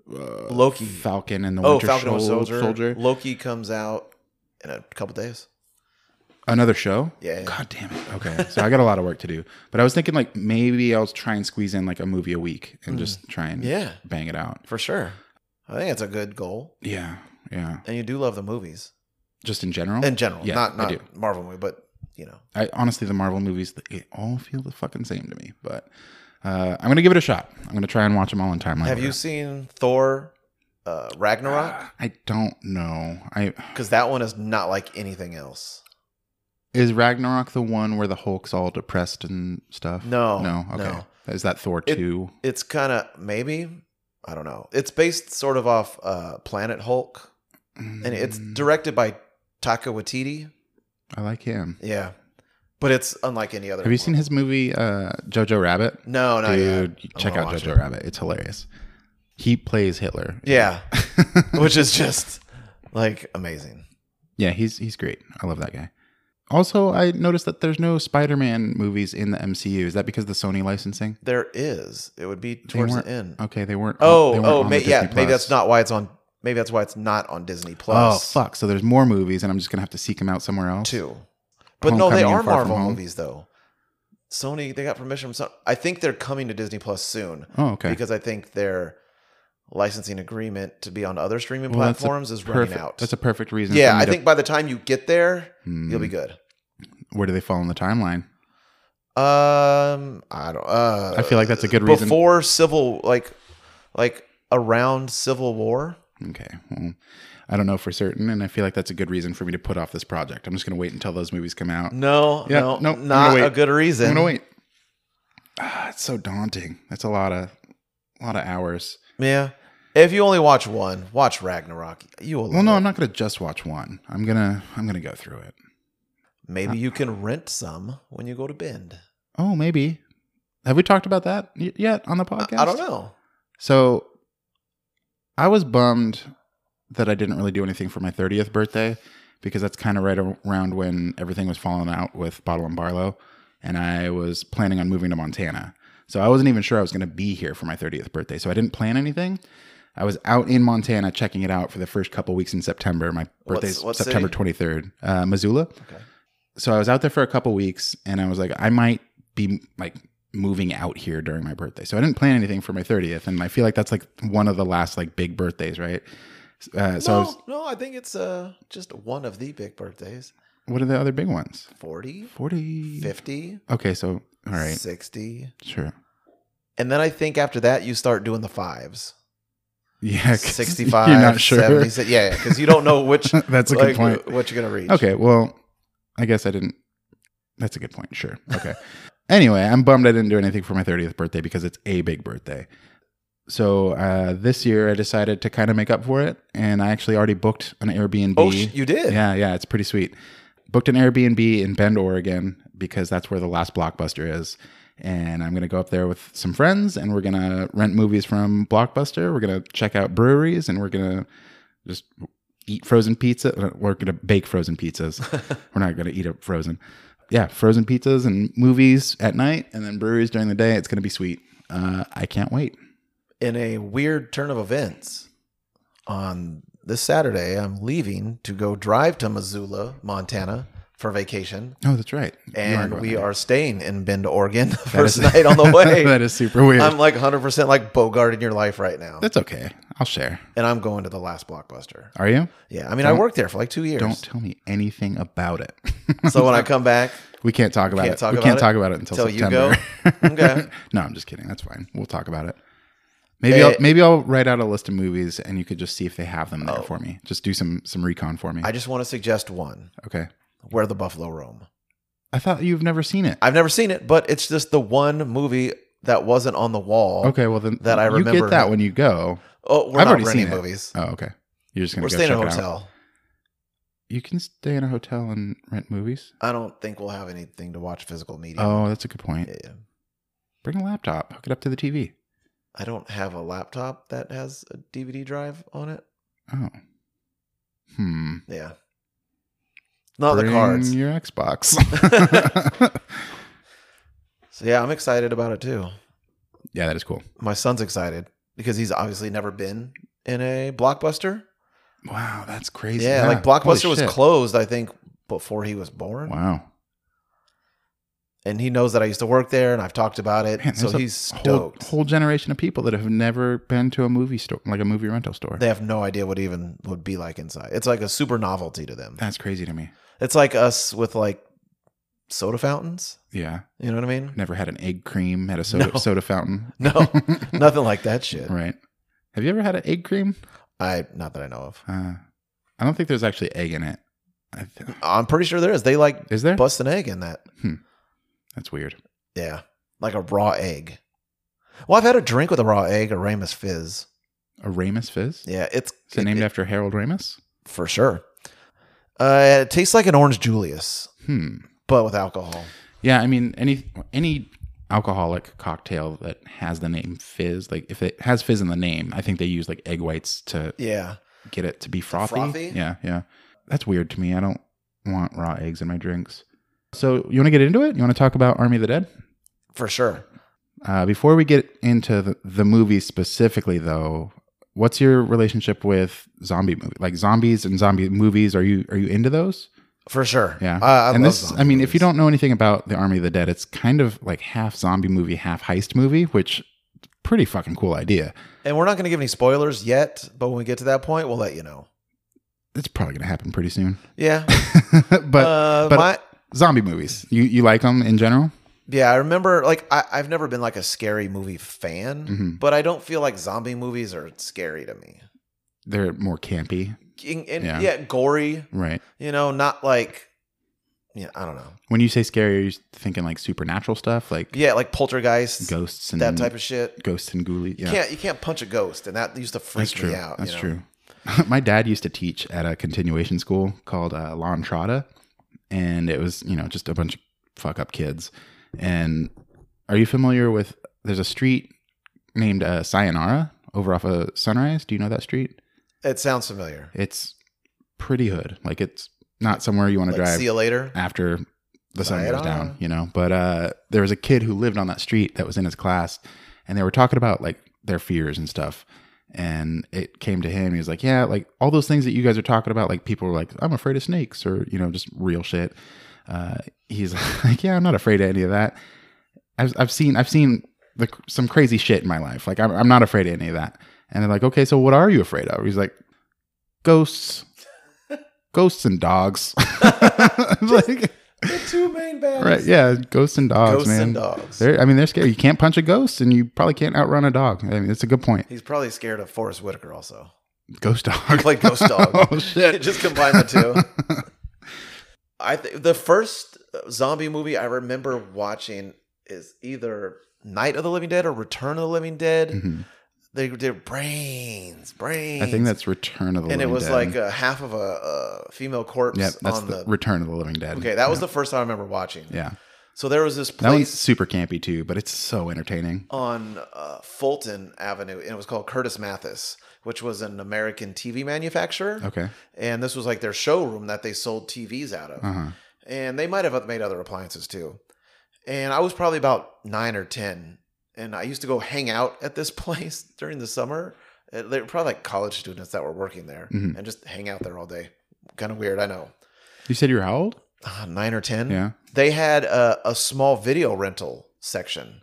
A: Loki.
B: Falcon and the
A: oh,
B: Winter
A: Falcon and
B: Shol-
A: Soldier.
B: Soldier.
A: Loki comes out in a couple days.
B: Another show.
A: Yeah.
B: God damn it. Okay, so I got a lot of work to do. But I was thinking like maybe I'll try and squeeze in like a movie a week and just try and
A: Hmm. Yeah,
B: bang it out.
A: for sure. I think it's a good goal,
B: Yeah. Yeah.
A: and you do love the movies
B: Just in general.
A: in general,
B: Mm-hmm. Yeah,
A: not
B: I
A: not
B: do.
A: Marvel movie, but you know,
B: I honestly, the Marvel movies, they all feel the fucking same to me. But uh, I'm gonna give it a shot. I'm gonna try and watch them all in timeline.
A: have you seen Thor uh, Ragnarok?
B: Ah, I don't know. I
A: Because that one is not like anything else.
B: is Ragnarok the one where the Hulk's all depressed and stuff?
A: No,
B: no. Okay,
A: no.
B: is that Thor
A: It-
B: two?
A: It's kind of maybe I don't know. It's based sort of off uh, Planet Hulk, and it's directed by Taka Waititi.
B: Mm, I like him.
A: Yeah, but it's unlike any other.
B: Have you seen his movie uh, Jojo Rabbit?
A: No, no,
B: Dude,
A: yeah.
B: check out Jojo Rabbit. It's hilarious. He plays Hitler.
A: Yeah, which is just like amazing.
B: Yeah, he's he's great. I love that guy. Also, I noticed that there's no Spider-Man movies in the MCU. Is that because of the Sony licensing?
A: There is. It would be
B: They
A: towards
B: weren't-
A: the end.
B: Okay, they weren't.
A: oh,
B: they weren't
A: oh,
B: on
A: may,
B: the
A: yeah.
B: Disney
A: Maybe
B: Plus.
A: that's not why it's on. Maybe that's why it's not on Disney
B: Oh
A: Plus.
B: fuck! So there's more movies, and I'm just gonna have to seek them out somewhere else.
A: Too. But no, they
B: Homecoming
A: are
B: and Far From
A: Marvel
B: Home.
A: movies though. Sony, they got permission from. Some, I think they're coming to Disney Plus soon
B: Oh, okay.
A: because I think their licensing agreement to be on other streaming
B: Well, that's a
A: platforms is running
B: perfect.
A: out.
B: That's a perfect reason.
A: yeah,
B: for me
A: I
B: to-
A: think by the time you get there,
B: Hmm,
A: you'll be good.
B: Where do they fall in the timeline?
A: Um, I don't. Uh,
B: I feel like that's a good reason.
A: before civil, like, like around Civil War.
B: Okay. Well, I don't know for certain, and I feel like that's a good reason for me to put off this project. I'm just gonna wait until those movies come out.
A: No,
B: Yeah,
A: no,
B: no, I'm
A: not
B: gonna
A: a
B: wait.
A: good reason.
B: I'm gonna wait. Ah, it's so daunting. That's a lot of, a lot of hours.
A: Yeah, if you only watch one, watch Ragnarok. You will.
B: Well, no,
A: love
B: I'm
A: it.
B: not gonna just watch one. I'm gonna, I'm gonna go through it.
A: Maybe you can rent some when you go to Bend.
B: Oh, maybe. Have we talked about that y- yet on the
A: I,
B: podcast?
A: I don't know.
B: So I was bummed that I didn't really do anything for my 30th birthday because that's kind of right around when everything was falling out with Bottle and Barlow. And I was planning on moving to Montana. So I wasn't even sure I was going to be here for my 30th birthday. So I didn't plan anything. I was out in Montana checking it out for the first couple weeks in September. My birthday's
A: what city?
B: September 23rd, uh, Missoula
A: Okay.
B: so I was out there for a couple weeks and I was like, I might be like moving out here during my birthday. So I didn't plan anything for my 30th. And I feel like that's like one of the last like big birthdays, right? Uh, so, I
A: no,
B: was,
A: no, I think it's uh just one of the big birthdays.
B: what are the other big ones?
A: 40,
B: 40.
A: 50,
B: Okay. So, all right.
A: 60.
B: Sure.
A: And then I think after that you start doing the fives.
B: Yeah. 'cause
A: 65,
B: You're not sure.
A: 76 yeah, because you don't know which
B: That's a
A: like, uh,
B: good point.
A: what you're gonna reach.
B: Okay, well, I guess I didn't. That's a good point. Sure. Okay. anyway, I'm bummed I didn't do anything for my 30th birthday because it's a big birthday. So uh, this year I decided to kind of make up for it, and I actually already booked an Airbnb.
A: Oh, sh- you did.
B: yeah, yeah, it's pretty sweet. Booked an Airbnb in Bend, Oregon, because that's where the last blockbuster is. And I'm gonna go up there with some friends, and we're gonna rent movies from Blockbuster. We're gonna check out breweries, and we're gonna just eat frozen pizza. We're gonna bake frozen pizzas. We're not gonna eat it frozen. Yeah, frozen pizzas and movies at night, and then breweries during the day. It's gonna be sweet. Uh, I can't wait.
A: In a weird turn of events, on this Saturday, I'm leaving to go drive to Missoula, Montana, for vacation,
B: Oh, that's right. You
A: and
B: going
A: we
B: there.
A: are staying in Bend, Oregon, the
B: That
A: first
B: is-
A: night on the way.
B: that is super weird.
A: I'm like 100 percent like Bogart in your life right now,
B: that's okay. I'll share.
A: and I'm going to the last blockbuster.
B: Are you?
A: Yeah, I mean, I
B: Don't-
A: worked there for like two years.
B: Don't tell me anything about it.
A: So when I come back,
B: we can't talk about
A: Can't
B: it.
A: talk
B: we
A: about
B: can't
A: it
B: talk about it until
A: till you go?
B: September.
A: Okay.
B: no, I'm just kidding. That's fine. We'll talk about it. Maybe
A: Eh.
B: I'll maybe I'll write out a list of movies and you could just see if they have them there
A: Oh.
B: for me. Just do some some recon for me.
A: I just want to suggest one:
B: okay.
A: Where the Buffalo Roam.
B: I thought you've never seen it.
A: I've never seen it, but it's just the one movie that wasn't on the wall.
B: okay, well then
A: that I
B: You
A: remember-
B: get that when you go.
A: Oh, we're
B: I've
A: not
B: already
A: renting
B: seen it.
A: movies.
B: Oh, okay. You're just gonna
A: We're
B: go
A: staying in a
B: check it out.
A: hotel.
B: You can stay in a hotel and rent movies.
A: I don't think we'll have anything to watch physical media.
B: Oh, that's a good point.
A: Yeah.
B: Bring a laptop. Hook it up to the TV.
A: I don't have a laptop that has a DVD drive on it.
B: Oh. Hmm.
A: Yeah. Not
B: Bring
A: Oh, the cards.
B: Your Xbox.
A: So yeah, I'm excited about it too.
B: yeah, that is cool.
A: My son's excited because he's obviously never been in a blockbuster.
B: Wow, that's crazy.
A: Yeah, like
B: Holy
A: blockbuster was
B: shit.
A: closed, I think, before he was born.
B: Wow.
A: And he knows that I used to work there, and I've talked about it.
B: Man,
A: so
B: there's a
A: he's
B: Whole,
A: stoked.
B: whole generation of people that have never been to a movie store, like a movie rental store.
A: they have no idea what even would be like inside. It's like a super novelty to them.
B: that's crazy to me.
A: It's like us with like soda fountains.
B: Yeah,
A: You know what I mean?
B: never had an egg cream at a soda
A: No.
B: soda fountain.
A: No, nothing like that shit.
B: right. Have you ever had an egg cream?
A: I not that I know of.
B: Uh, I don't think there's actually egg in it. I th-
A: I'm pretty sure there is. They like
B: is there?
A: bust an egg in that.
B: that's weird.
A: Yeah, like a raw egg. Well, I've had a drink with a raw egg, a Ramus Fizz.
B: A Ramus Fizz.
A: Yeah, it's
B: Is it named after Harold Ramus?
A: for sure. Uh, it tastes like an orange Julius,
B: Hmm.
A: but with alcohol.
B: Yeah, I mean any any alcoholic cocktail that has the name fizz, like if it has fizz in the name, I think they use like egg whites to
A: Yeah,
B: get it to be frothy.
A: frothy?
B: Yeah, yeah. That's weird to me. I don't want raw eggs in my drinks. So you want to get into it? You want to talk about Army of the Dead?
A: for sure.
B: Uh, before we get into the, the movie specifically, though, what's your relationship with zombie movie, like zombies and zombie movies? Are you are you into those?
A: For sure.
B: Yeah.
A: I, I
B: and
A: love
B: this,
A: zombie
B: I mean, if
A: movies.
B: you don't know anything about the Army of the Dead, it's kind of like half zombie movie, half heist movie, which pretty fucking cool idea.
A: and we're not going to give any spoilers yet, but when we get to that point, we'll let you know.
B: It's probably gonna happen pretty soon.
A: Yeah.
B: but
A: uh,
B: but-
A: my,
B: zombie movies, you you like them in general?
A: yeah, I remember like I, I've never been like a scary movie fan,
B: Mhm.
A: but I don't feel like zombie movies are scary to me.
B: They're more campy,
A: And, and
B: Yeah.
A: yeah. gory,
B: right?
A: you know, not like yeah, I don't know.
B: When you say scary, are you thinking like supernatural stuff, like
A: Yeah, like poltergeist,
B: ghosts and
A: that type of shit.
B: ghosts and ghoulies?
A: You
B: Yeah,
A: can't you can't punch a ghost, and that used to freak
B: that's true.
A: me out.
B: that's
A: you know?
B: true. My dad used to teach at a continuation school called uh, La Entrada, and it was you know just a bunch of fuck up kids. And are you familiar with? There's a street named uh, Sayonara over off of Sunrise. Do you know that street?
A: It sounds familiar.
B: It's pretty hood. Like it's not somewhere you want to
A: Like,
B: drive.
A: see you later.
B: after the sun goes
A: Sayonara.
B: down, you know. But uh, there was a kid who lived on that street that was in his class, and they were talking about like their fears and stuff. And it came to him. He was like, "Yeah, like all those things that you guys are talking about. Like people were like, I'm afraid of snakes, or you know, just real shit." Uh, he's like, "Yeah, I'm not afraid of any of that. I've I've seen I've seen the, some crazy shit in my life. Like I'm I'm not afraid of any of that." And they're like, "Okay, so what are you afraid of?" He's like, "Ghosts." Ghosts and dogs. like,
A: The two main bands.
B: Right. Yeah. Ghosts and dogs,
A: Ghosts
B: man.
A: and dogs.
B: They're, I mean, they're scary. You can't punch a ghost and you probably can't outrun a dog. I mean, it's a good point.
A: He's probably scared of Forrest Whitaker also.
B: Ghost dog.
A: Like Ghost Dog.
B: oh, shit.
A: Just combine the two. I th- the first zombie movie I remember watching is either Night of the Living Dead or Return of the Living Dead.
B: Mhm.
A: They did brains, brains.
B: I think that's Return of the
A: and it
B: Living
A: was
B: Dead.
A: like a half of a, uh female corpse
B: Yep, that's
A: on
B: the,
A: the.
B: Return of the Living Dead.
A: okay, that was the first time I remember watching.
B: Yeah.
A: So there was this
B: That one's
A: place
B: super campy too, but it's so entertaining.
A: on uh, Fulton Avenue, and it was called Curtis Mathis, which was an American TV manufacturer.
B: Okay.
A: and this was like their showroom that they sold TVs out of.
B: Uh huh.
A: And they might have made other appliances too. And I was probably about nine or 10. And I used to go hang out at this place during the summer. Uh, They were probably like college students that were working there
B: Mhm.
A: and just hang out there all day. Kind of weird, I know.
B: You said you were how old?
A: ah, nine or ten.
B: Yeah.
A: They had a, a small video rental section,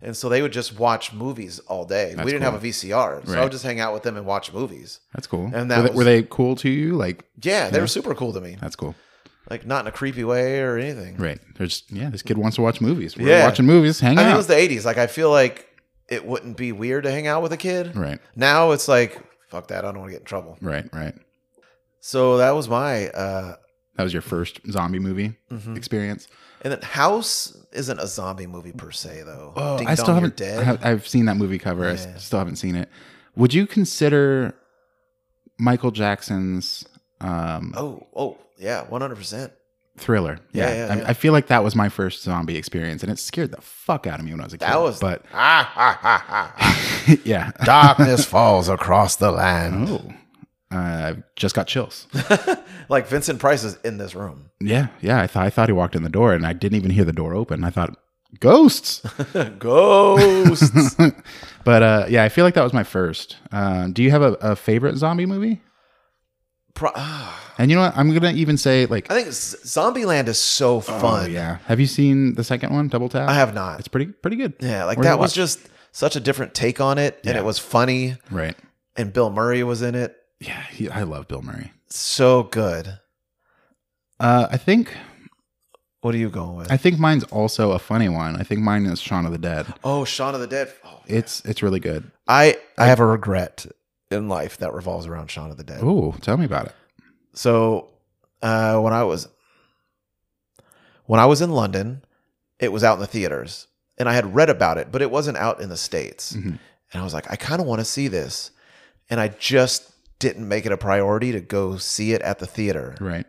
A: and so they would just watch movies all day.
B: That's
A: we didn't
B: cool.
A: have a VCR, so I
B: Right.
A: would just hang out with them and watch movies.
B: That's cool.
A: And that
B: were, they,
A: was-
B: were they cool to you? Like,
A: Yeah, they
B: Yeah.
A: were super cool to me.
B: that's cool.
A: Like not in a creepy way or anything.
B: Right. There's, yeah, this kid wants to watch movies. We're
A: Mm-hmm. Yeah.
B: watching movies. Hang
A: I mean,
B: out.
A: it was the '80s. Like I feel like it wouldn't be weird to hang out with a kid.
B: right.
A: Now it's like fuck that. I don't want to get in trouble.
B: Right. Right.
A: So that was my. uh
B: That was your first zombie movie
A: mhm.
B: experience.
A: And then House isn't a zombie movie per se, though.
B: Oh,
A: Ding
B: I
A: Dong,
B: still
A: You're
B: haven't.
A: Dead.
B: I have, I've seen that movie cover. I
A: Yeah.
B: s- still haven't seen it. Would you consider Michael Jackson's um,
A: oh, oh, yeah, one hundred percent.
B: Thriller?
A: Yeah, yeah,
B: I,
A: yeah.
B: I feel like that was my first zombie experience, and it scared the fuck out of me when I was a kid.
A: That was
B: but
A: ah, ah, ah, ah, ah.
B: yeah.
A: Darkness falls across the land.
B: Oh, I just got chills.
A: like Vincent Price is in this room.
B: Yeah, yeah. I thought I thought he walked in the door, and I didn't even hear the door open. I thought ghosts.
A: Ghosts.
B: but uh, yeah, I feel like that was my first. Uh, do you have a, a favorite zombie movie?
A: Pro- ah.
B: And you know what? I'm gonna even say like
A: I think Z- Zombieland is so fun.
B: Oh, yeah. Have you seen the second one, Double Tap?
A: I have not.
B: It's pretty pretty good.
A: Yeah, like
B: We're
A: that
B: gonna
A: was
B: watch-
A: just such a different take on it, and
B: Yeah.
A: it was funny.
B: Right.
A: And Bill Murray was in it.
B: Yeah, he, I love Bill Murray.
A: So good.
B: Uh, I think
A: What are you going with?
B: I think mine's also a funny one. I think mine is Shaun of the Dead.
A: oh, Shaun of the Dead. Oh, yeah.
B: It's it's really good.
A: I I have a regret in life that revolves around Shaun of the Dead.
B: Ooh, tell me about it.
A: So uh, when I was when I was in London, it was out in the theaters, and I had read about it, but it wasn't out in the states.
B: Mhm.
A: And I was like, I kind of want to see this, and I just didn't make it a priority to go see it at the theater
B: Right.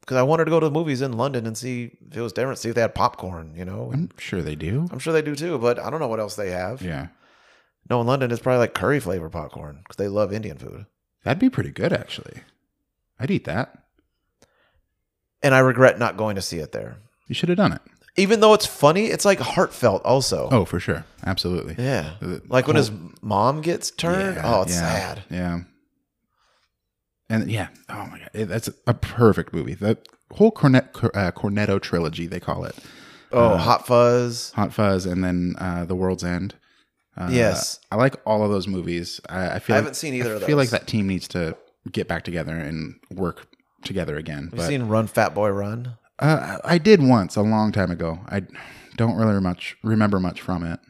A: because I wanted to go to the movies in London and see if it was different, see if they had popcorn, you know.
B: I'm sure they do.
A: I'm sure they do too, but I don't know what else they have.
B: Mm. Yeah.
A: No, in London, it's probably like curry flavored popcorn because they love Indian food.
B: That'd be pretty good actually. I'd eat that.
A: and I regret not going to see it there.
B: You should have done it.
A: Even though it's funny, it's like heartfelt also.
B: Oh, for sure. Absolutely. Uh,
A: yeah.
B: The
A: Like when
B: whole-
A: his mom gets turned.
B: Yeah,
A: oh, it's
B: yeah,
A: sad.
B: Yeah. And yeah, oh my god, it- that's a perfect movie. The whole Cornet, Cor- uh, Cornetto trilogy, they call it
A: Oh,
B: Uh,
A: Hot Fuzz.
B: Hot Fuzz, and then uh, The World's End. Uh,
A: Yes.
B: I like all of those movies. I, I feel
A: I
B: like-
A: haven't seen either
B: I
A: of
B: feel like
A: those.
B: that team needs to get back together and work together again.
A: Have
B: But
A: you seen Run Fat Boy Run?
B: uh, I I did once a long time ago. I don't really much remember much from it,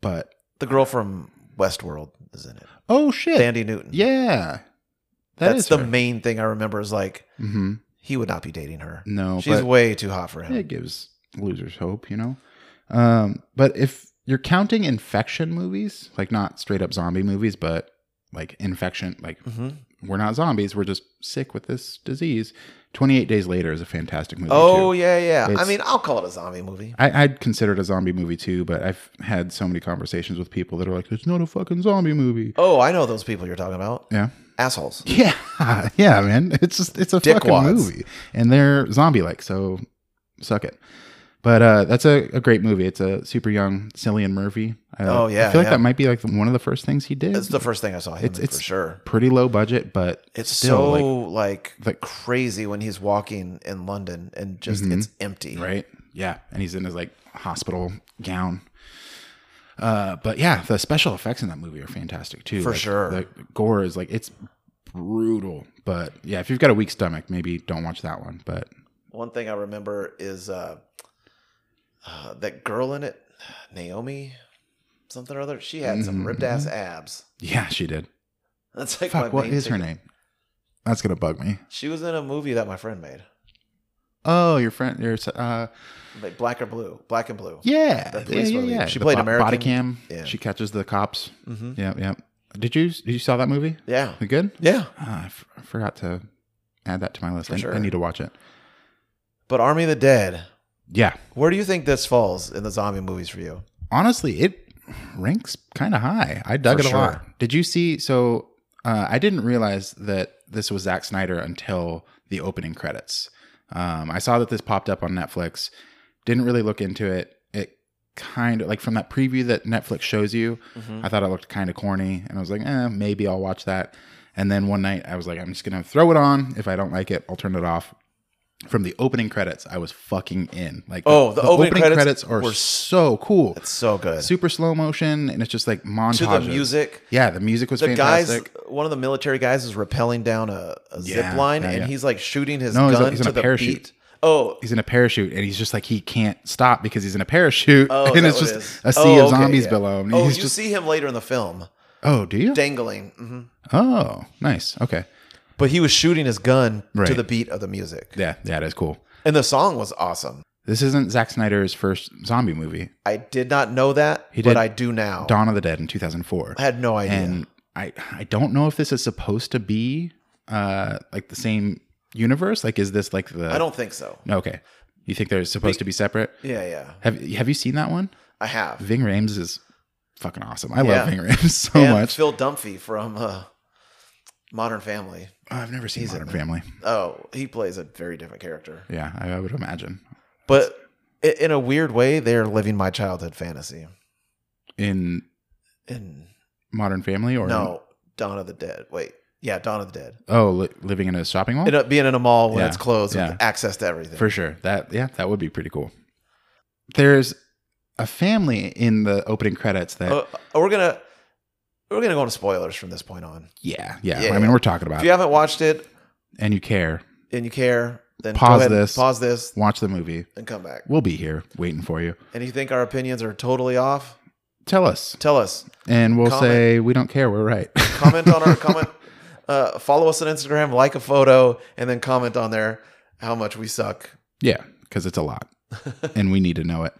B: but
A: The girl from Westworld is in it.
B: oh shit,
A: Dandy Newton.
B: yeah,
A: That's the main thing I remember is like
B: hmm
A: he would not be dating her.
B: No,
A: She's
B: but-
A: way too hot for
B: it
A: him.
B: gives losers hope, you know. Um, but if you're counting infection movies, like not straight up zombie movies, but like infection, like
A: hmm
B: we're not zombies, we're just sick with this disease. Twenty Eight Days Later is a fantastic movie.
A: Oh
B: too.
A: yeah, yeah. I
B: It's-
A: mean, I'll call it a zombie movie.
B: I, I'd consider it a zombie movie too, but I've had so many conversations with people that are like, "It's not a fucking zombie movie."
A: Oh, I know those people you're talking about.
B: Yeah,
A: Assholes.
B: yeah, yeah, man. It's just it's a
A: Dickwads.
B: fucking movie, and they're zombie like, so suck it. But uh, that's a, a great movie. It's a super young Cillian Murphy. I,
A: Oh, yeah,
B: I feel like
A: yeah.
B: that might be like one of the first things he did.
A: That's the first thing I saw him
B: It's-
A: in
B: it's-
A: for sure.
B: Pretty low budget, but
A: It's
B: still,
A: so like,
B: like-
A: crazy when he's walking in London and just it's empty.
B: Mm-hmm. right? Yeah, and he's in his like hospital gown. Uh, but yeah, the special effects in that movie are fantastic too.
A: For
B: Like,
A: sure.
B: the gore is like it's brutal. But yeah, if you've got a weak stomach, maybe don't watch that one. But
A: One thing I remember is uh, uh that girl in it, Naomi, something or other. She had some ripped ass abs.
B: yeah, she did.
A: That's like
B: Mm-hmm. Fuck,
A: my
B: what
A: main
B: is her
A: thing.
B: name? That's gonna bug me.
A: She was in a movie that my friend made,
B: Oh, your friend, your uh,
A: like Black or Blue, Black and Blue.
B: yeah,
A: The
B: yeah,
A: police
B: yeah,
A: movie.
B: yeah.
A: She
B: The
A: played American-
B: Body cam.
A: Yeah.
B: She catches the cops.
A: hmm
B: Yeah, yeah. Did you did you saw that movie?
A: yeah,
B: You good?
A: yeah.
B: Ah, I, f- I forgot to add that to my list.
A: For
B: I,
A: sure.
B: I need to watch it.
A: But Army of the Dead.
B: Yeah,
A: Where do you think this falls in the zombie movies for you?
B: honestly, it ranks kind of high. I dug
A: For
B: it a
A: sure.
B: lot. Did you see? So uh, I didn't realize that this was Zack Snyder until the opening credits. Um, I saw that this popped up on Netflix. Didn't really look into it. It kind of like from that preview that Netflix shows you.
A: Mm-hmm.
B: I thought it looked kind of corny, and I was like, eh, maybe I'll watch that. And then one night I was like, I'm just gonna throw it on. If I don't like it, I'll turn it off. from the opening credits, I was fucking in. Like,
A: Oh, the opening credits
B: are
A: were
B: so cool.
A: It's so good.
B: Super slow motion, and it's just like montage
A: to the music.
B: Yeah, the music was
A: The
B: fantastic.
A: guys, one of the military guys is rappelling down a, a
B: Yeah,
A: zip line,
B: yeah,
A: and
B: yeah.
A: he's like shooting his
B: No, he's-
A: gun
B: he's in
A: to
B: a
A: the
B: parachute.
A: beat. Oh,
B: he's in a parachute, and he's just like he can't stop because he's in a parachute,
A: oh, is
B: and
A: that
B: it's
A: what
B: just
A: it is?
B: a sea
A: Oh,
B: of
A: okay,
B: zombies
A: yeah.
B: below him. and
A: Oh,
B: he's
A: you
B: just
A: see him later in the film
B: oh, do you?
A: dangling, hmm
B: Oh, nice. Okay.
A: but he was shooting his gun to
B: Right.
A: the beat of the music,
B: Yeah, that is cool.
A: and the song was awesome.
B: This isn't Zack Snyder's first zombie movie.
A: I did not know that,
B: He
A: but
B: did
A: I do now.
B: Dawn of the Dead in 2004.
A: I had no idea.
B: and I I don't know if this is supposed to be uh like the same universe. Like, is this like the?
A: I don't think so.
B: No, okay. You think they're supposed to be separate?
A: Yeah, yeah,
B: Have Have you seen that one?
A: I have.
B: Ving Rhames is fucking awesome. I
A: Yeah.
B: love Ving Rhames so
A: and
B: much.
A: Phil Dunphy from uh, Modern Family.
B: Oh, I've never seen Modern Family.
A: Oh, he plays a very different character,
B: Yeah, I, I would imagine
A: but i- in a weird way, they're living my childhood fantasy.
B: in
A: In
B: Modern Family or
A: no, Dawn of the Dead. Wait, yeah, Dawn of the Dead.
B: Oh, li- living in a shopping mall
A: End up being in a mall when
B: Oh. Yeah,
A: it's closed
B: yeah.
A: with access to everything.
B: for sure. That yeah, that would be pretty cool. There's a family in the opening credits that
A: Uh, we're gonna we're gonna go into spoilers from this point on.
B: yeah, yeah
A: yeah,
B: I mean,
A: yeah.
B: we're talking about
A: If you haven't watched it
B: and you care,
A: and you care, then go
B: Pause
A: ahead and
B: this.
A: pause this,
B: watch the movie.
A: and come back.
B: We'll be here waiting for you.
A: And you think our opinions are totally off?
B: Tell us,
A: Tell us.
B: and we'll
A: Comment.
B: say we don't care. We're right.
A: Comment on our comment. Uh, follow us on Instagram, like a photo, and then comment on there how much we suck.
B: Yeah, because it's a lot, and we need to know it.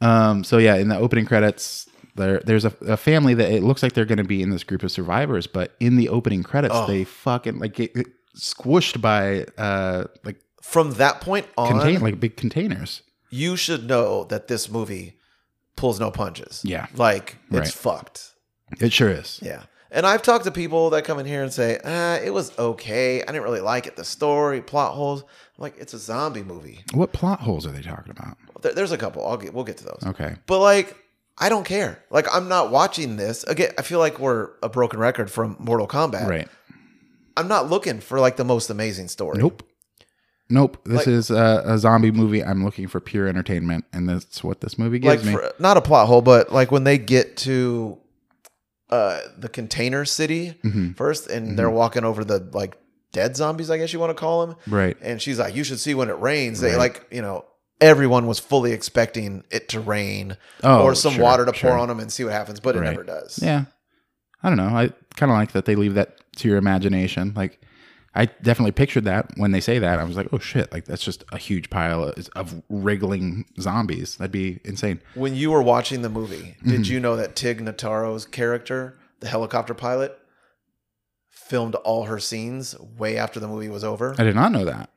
B: Um. So yeah, in the opening credits, there there's a, a family that it looks like they're going to be in this group of survivors, but in the opening credits,
A: Oh.
B: they fucking like get, get squished by uh like
A: From that point on,
B: contain like big containers.
A: you should know that this movie pulls no punches.
B: Yeah.
A: Like it's
B: Right.
A: fucked.
B: It sure is.
A: Yeah. And I've talked to people that come in here and say, ah, it was okay. I didn't really like it. The story, plot holes. I'm like, it's a zombie movie.
B: What plot holes are they talking about?
A: There, there's a couple. I'll get, we'll get to those.
B: Okay.
A: But like, I don't care. Like, I'm not watching this. Again, I feel like we're a broken record from Mortal Kombat.
B: Right.
A: I'm not looking for like the most amazing story.
B: Nope. Nope. This
A: Like-
B: is uh, a, a zombie movie. I'm looking for pure entertainment, and that's what this movie
A: Like,
B: gives me.
A: for, not a plot hole, but like when they get to uh the container city
B: Mhm.
A: first and they're walking over the like dead zombies, I guess you want to call them.
B: Right.
A: and she's like, "You should see when it rains." They
B: Right.
A: like, you know, everyone was fully expecting it to rain
B: Oh,
A: or some
B: sure,
A: water to
B: sure.
A: pour on them and see what happens, but it
B: Right.
A: never does.
B: Yeah. I don't know. I kind of like that they leave that to your imagination. Like, I definitely pictured that when they say that. I was like, oh shit, like that's just a huge pile of, of wriggling zombies. That'd be insane.
A: When you were watching the movie, did
B: Hmm.
A: you know that Tig Notaro's character, the helicopter pilot, filmed all her scenes way after the movie was over?
B: I did not know that.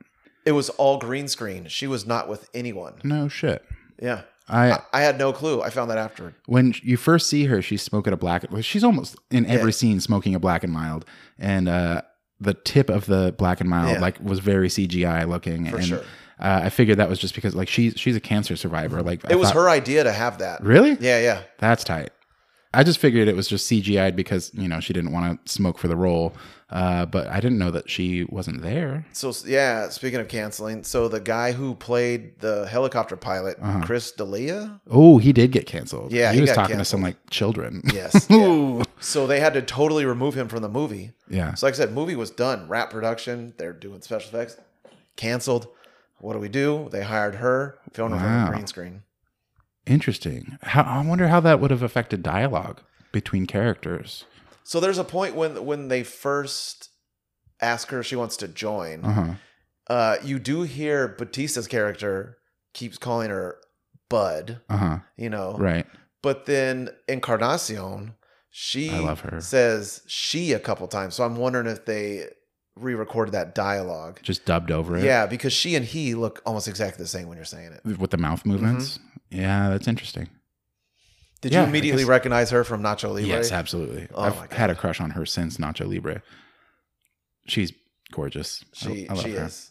A: It was all green screen. She was not with anyone.
B: No shit.
A: Yeah.
B: I
A: I, I had no clue. I found that after.
B: when you first see her, she's smoking a black. well, She's almost in every
A: Yeah.
B: scene smoking a black and mild, and uh, the tip of the black and mild
A: Yeah.
B: like was very CGI looking.
A: For
B: and
A: sure.
B: uh, I figured that was just because like she's she's a cancer survivor. Like
A: It was her idea to have that.
B: Really?
A: Yeah, yeah.
B: That's tight. I just figured it was just CGI'd because you know she didn't want to smoke for the role, uh, but I didn't know that she wasn't there.
A: So yeah, speaking of canceling, so the guy who played the helicopter pilot,
B: Uh-huh.
A: Chris D'Elia,
B: Oh, he did get canceled.
A: Yeah,
B: he,
A: he
B: was
A: got
B: talking to
A: canceled.
B: some like children.
A: yes, yeah.
B: Ooh.
A: so they had to totally remove him from the movie.
B: yeah.
A: So like I said, movie was done, rap production, they're doing special effects, canceled. What do we do? They hired her, filmed her from
B: Wow.
A: a green screen.
B: Interesting. How, I wonder how that would have affected dialogue between characters.
A: So there's a point when when they first ask her if she wants to join,
B: Uh huh.
A: uh, you do hear Batista's character keeps calling her Bud,
B: Uh huh.
A: you know,
B: Right.
A: But then Encarnacion, she
B: I love her.
A: says she a couple times. So I'm wondering if they re-recorded that dialogue.
B: Just dubbed over it.
A: Yeah, because she and he look almost exactly the same when you're saying it.
B: With the mouth movements.
A: Mm-hmm.
B: Yeah, that's interesting.
A: Did
B: Yeah, I
A: you immediately
B: guess-
A: recognize her from Nacho Libre?
B: Yes, absolutely.
A: Oh my
B: I've
A: God.
B: had a crush on her since Nacho Libre. She's gorgeous. I-
A: she
B: I love
A: she
B: her.
A: is.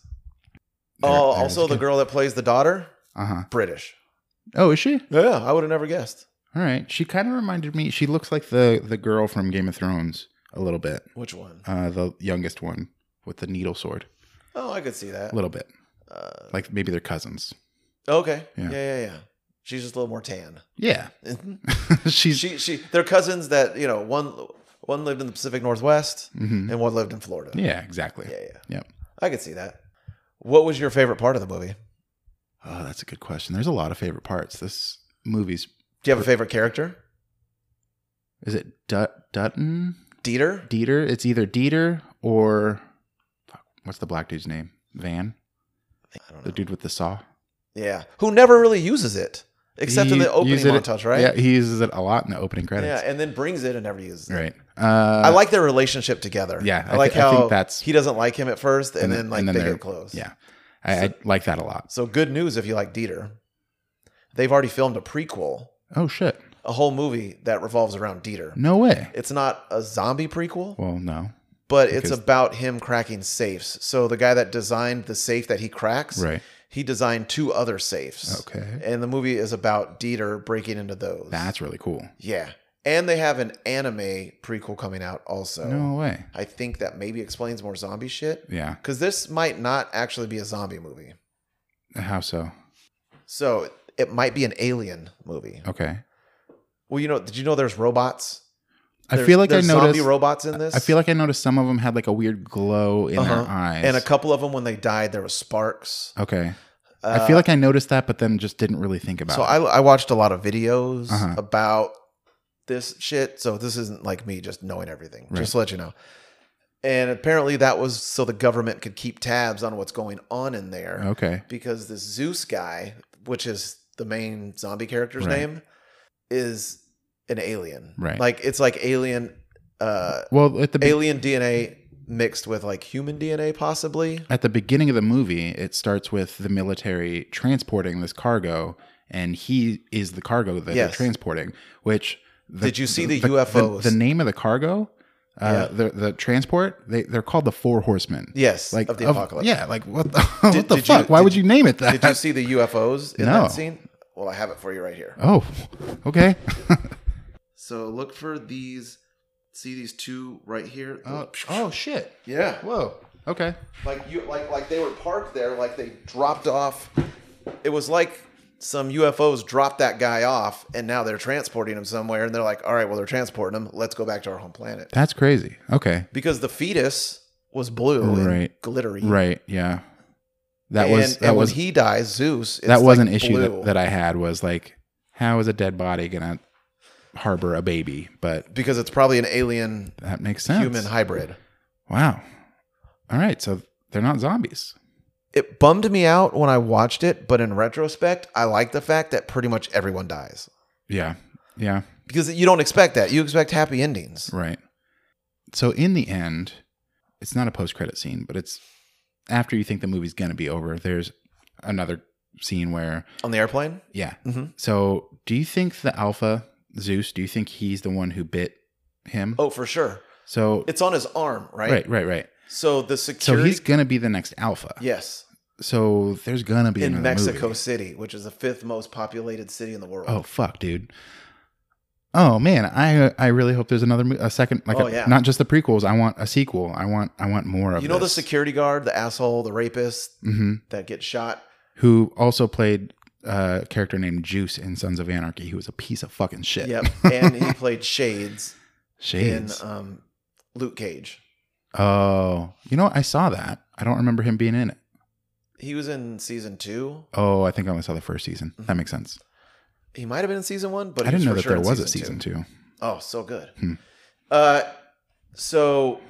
A: oh, also the girl that plays the daughter,
B: Uh huh.
A: British.
B: Oh, is she?
A: Yeah, I would have never guessed.
B: All right. She kind of reminded me. She looks like the the girl from Game of Thrones a little bit.
A: Which one?
B: Uh, the youngest one with the needle sword
A: Oh, I could see that.
B: a little bit.
A: Uh,
B: Like maybe they're cousins.
A: okay.
B: Yeah.
A: Yeah. yeah, yeah, She's just a little more tan.
B: Yeah. She's.
A: she she they're cousins that, you know, one one lived in the Pacific Northwest
B: Mhm.
A: and one lived in Florida.
B: Yeah, exactly.
A: Yeah, yeah.
B: Yep.
A: I could see that. What was your favorite part of the movie?
B: Oh, that's a good question. There's a lot of favorite parts. This movie's.
A: Do you have a favorite character?
B: Is it Dut- Dutton?
A: Dieter?
B: Dieter? It's either Dieter or. Fuck, what's the black dude's name? Van?
A: I don't know.
B: The dude with the saw?
A: Yeah. Who never really uses it except in
B: He
A: the opening
B: uses it-
A: montage, right?
B: Yeah, he uses it a lot in the opening
A: Yeah,
B: credits.
A: and then brings it and never uses it.
B: Right. Uh,
A: I like their relationship together.
B: yeah,
A: I,
B: I
A: like
B: thi- I
A: how
B: think that's-
A: he doesn't like him at first, and,
B: and
A: then,
B: then-
A: like
B: and then
A: they
B: they're-
A: get close.
B: Yeah. I, I like that a lot.
A: So good news if you like Dieter. They've already filmed a prequel,
B: Oh, shit.
A: a whole movie that revolves around Dieter.
B: No way.
A: It's not a zombie prequel,
B: Well, no.
A: but it's
B: because-
A: about him cracking safes. So the guy that designed the safe that he cracks,
B: Right.
A: he designed two other safes.
B: Okay.
A: And the movie is about Dieter breaking into those.
B: That's really cool.
A: yeah. And they have an anime prequel coming out also.
B: No way.
A: I think that maybe explains more zombie shit.
B: Yeah.
A: Because this might not actually be a zombie movie.
B: How so?
A: So it might be an alien movie.
B: Okay.
A: Well, you know, did you know there's robots?
B: I
A: There's-
B: feel like I
A: there's
B: noticed.
A: zombie robots in this.
B: I feel like I noticed some of them had like a weird glow in
A: Uh-huh.
B: their eyes.
A: and a couple of them when they died, there were sparks.
B: okay.
A: Uh,
B: I feel like I noticed that, but then just didn't really think about
A: so.
B: it.
A: I, I watched a lot of videos
B: Uh-huh.
A: about this shit. So this isn't like me just knowing everything.
B: Right.
A: Just to let you know. And apparently that was so the government could keep tabs on what's going on in there.
B: okay.
A: because this Zeus guy, which is the main zombie character's
B: Right.
A: name, is an alien.
B: Right.
A: Like it's like alien uh
B: Well, at the be-
A: alien DNA mixed with like human DNA possibly.
B: at the beginning of the movie, it starts with the military transporting this cargo, and he is the cargo that
A: Yes.
B: they're transporting. Which the,
A: Did you see the UFOs?
B: The, name of the cargo, uh, the the transport, they they're called the Four Horsemen.
A: Yes,
B: like
A: of the apocalypse.
B: Yeah, like what the, what
A: Did-
B: the
A: did you-
B: fuck? Why
A: did
B: would you name it that?
A: Did you see the UFOs in
B: No.
A: that scene? Well, I have it for you right here.
B: oh, okay.
A: So look for these see these two right here?
B: Oh.
A: oh,
B: shit!
A: yeah.
B: Whoa. Okay.
A: like you like like they were parked there like they dropped off it was like some UFOs dropped that guy off and now they're transporting him somewhere and they're like all right well they're transporting him let's go back to our home planet
B: That's crazy. Okay.
A: because the fetus was blue and
B: Right.
A: glittery
B: Right. Yeah. That
A: and,
B: was that
A: and
B: was
A: when he dies Zeus it's
B: that was
A: like
B: an issue
A: blue.
B: that, that I had was like, how is a dead body gonna harbor a baby? But
A: because it's probably an alien
B: that makes sense.
A: human hybrid
B: Wow. All right. So they're not zombies.
A: it bummed me out when I watched it but in retrospect I like the fact that pretty much everyone dies
B: Yeah. Yeah.
A: because you don't expect that you expect happy endings
B: Right. So in the end, it's not a post credit scene, but it's after you think the movie's gonna be over. There's another scene where
A: on the airplane
B: yeah.
A: Mhm.
B: So do you think the alpha Zeus? Do you think he's the one who bit him?
A: oh for sure
B: so
A: It's on his arm, right?
B: right, right, right.
A: So the
B: So
A: security.
B: he's gonna be the next alpha.
A: yes,
B: So there's gonna be
A: in
B: another
A: Mexico
B: movie.
A: City, which is the fifth most populated city in the world.
B: Oh fuck, dude. Oh man, I I really hope there's another mo- a second like
A: Oh,
B: a-
A: yeah.
B: not just the prequels. I want a sequel. I want I want more of
A: you know
B: this.
A: the security guard, the asshole, the rapist
B: hmm
A: that gets shot.
B: who also played uh, a character named Juice in Sons of Anarchy. He was a piece of fucking shit.
A: Yep, and he played Shades,
B: Shades.
A: in um, Luke Cage.
B: oh, you know what? I saw that. I don't remember him being in it.
A: He was in season two.
B: Oh, I think I only saw the first season. That makes sense.
A: He might have been in season one, Mm-hmm. but he
B: I didn't know
A: for
B: that
A: sure
B: there
A: in
B: was a season two.
A: Oh, so good.
B: Hmm.
A: Uh, so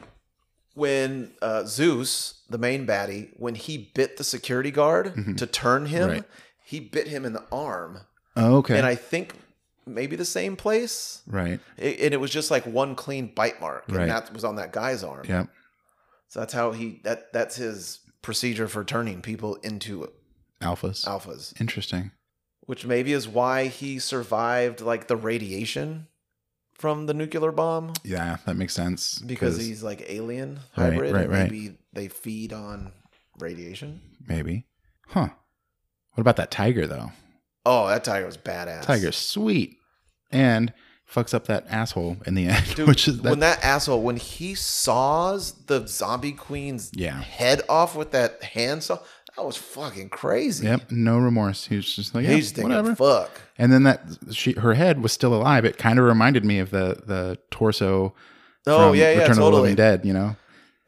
A: when uh, Zeus, the main baddie, when he bit the security guard
B: Mhm.
A: to turn him,
B: Right.
A: he bit him in the arm,
B: Oh, okay.
A: and I think maybe the same place.
B: right.
A: It, and it was just like one clean bite mark, and
B: Right.
A: that was on that guy's arm.
B: Yep.
A: So that's how he that that's his procedure for turning people into
B: Alphas.
A: alphas,
B: Interesting.
A: which maybe is why he survived like the radiation from the nuclear bomb.
B: Yeah, that makes sense.
A: because he's like alien
B: Right,
A: hybrid.
B: right,
A: and
B: right.
A: Maybe they feed on radiation.
B: maybe. Huh. What about that tiger though?
A: Oh, that tiger was badass.
B: Tiger's sweet. And fucks up that asshole in the end.
A: Dude,
B: which is that,
A: when that asshole, when he saws the zombie queen's
B: Yeah.
A: head off with that handsaw, That was fucking crazy.
B: Yep, no remorse. He was just like, yeah,
A: He's thinking,
B: whatever.
A: fuck.
B: and then that she, her head was still alive. It kind of reminded me of the the torso.
A: Oh
B: from
A: yeah, yeah,
B: Return of the
A: totally.
B: Living Dead. You know,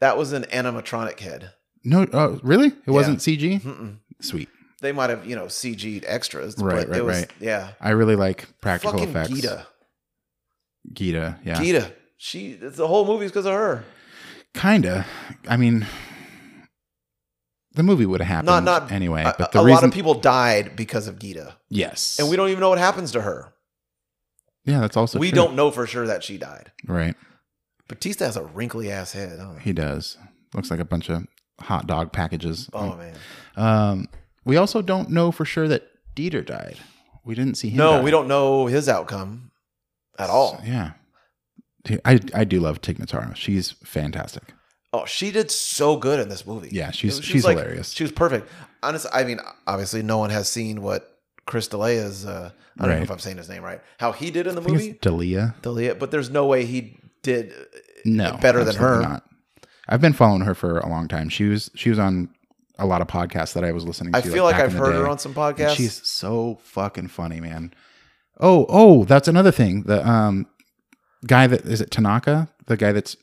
A: That was an animatronic head.
B: no, oh, really, it wasn't CG.
A: Mm-mm.
B: Sweet.
A: They might have, you know, CG'd extras,
B: Right,
A: but
B: right,
A: it was
B: right.
A: yeah.
B: I really like practical
A: fucking
B: effects.
A: Gita.
B: Gita, yeah,
A: Gita. She the whole movie's because of her.
B: kinda. I mean, the movie would have
A: Not-
B: happened
A: not-
B: anyway.
A: A-
B: but
A: a
B: the reason,
A: lot of people died because of Gita.
B: yes,
A: And we don't even know what happens to her.
B: Yeah, that's also
A: we
B: true.
A: don't know for sure that she died.
B: Right,
A: Batista has a wrinkly ass head. huh?
B: he does. Looks like a bunch of hot dog packages.
A: Oh man.
B: Um, we also don't know for sure that Dieter died. We didn't see him.
A: No,
B: die.
A: we don't know his outcome at all.
B: So, yeah. Dude, I I do love Tig Notaro. She's fantastic.
A: Oh, she did so good in this movie.
B: Yeah, she's
A: It was-
B: she's
A: like-
B: hilarious.
A: She was perfect. Honestly, I mean, obviously, no one has seen what Chris D'Elia's. Uh, I don't know
B: Right.
A: if I'm saying his name right. How he did in the
B: I think
A: movie,
B: it's Dalia.
A: D'Elia. But there's no way he did. uh,
B: No,
A: better than
B: absolutely
A: her.
B: I've been following her for a long time. She was she was on a lot of podcasts that I was listening to.
A: I feel like,
B: back
A: I've
B: in the
A: heard her
B: day.
A: on some
B: And
A: podcasts.
B: she's so fucking funny, man. Oh, oh, that's another thing. The um guy that is it Tanaka, the guy that's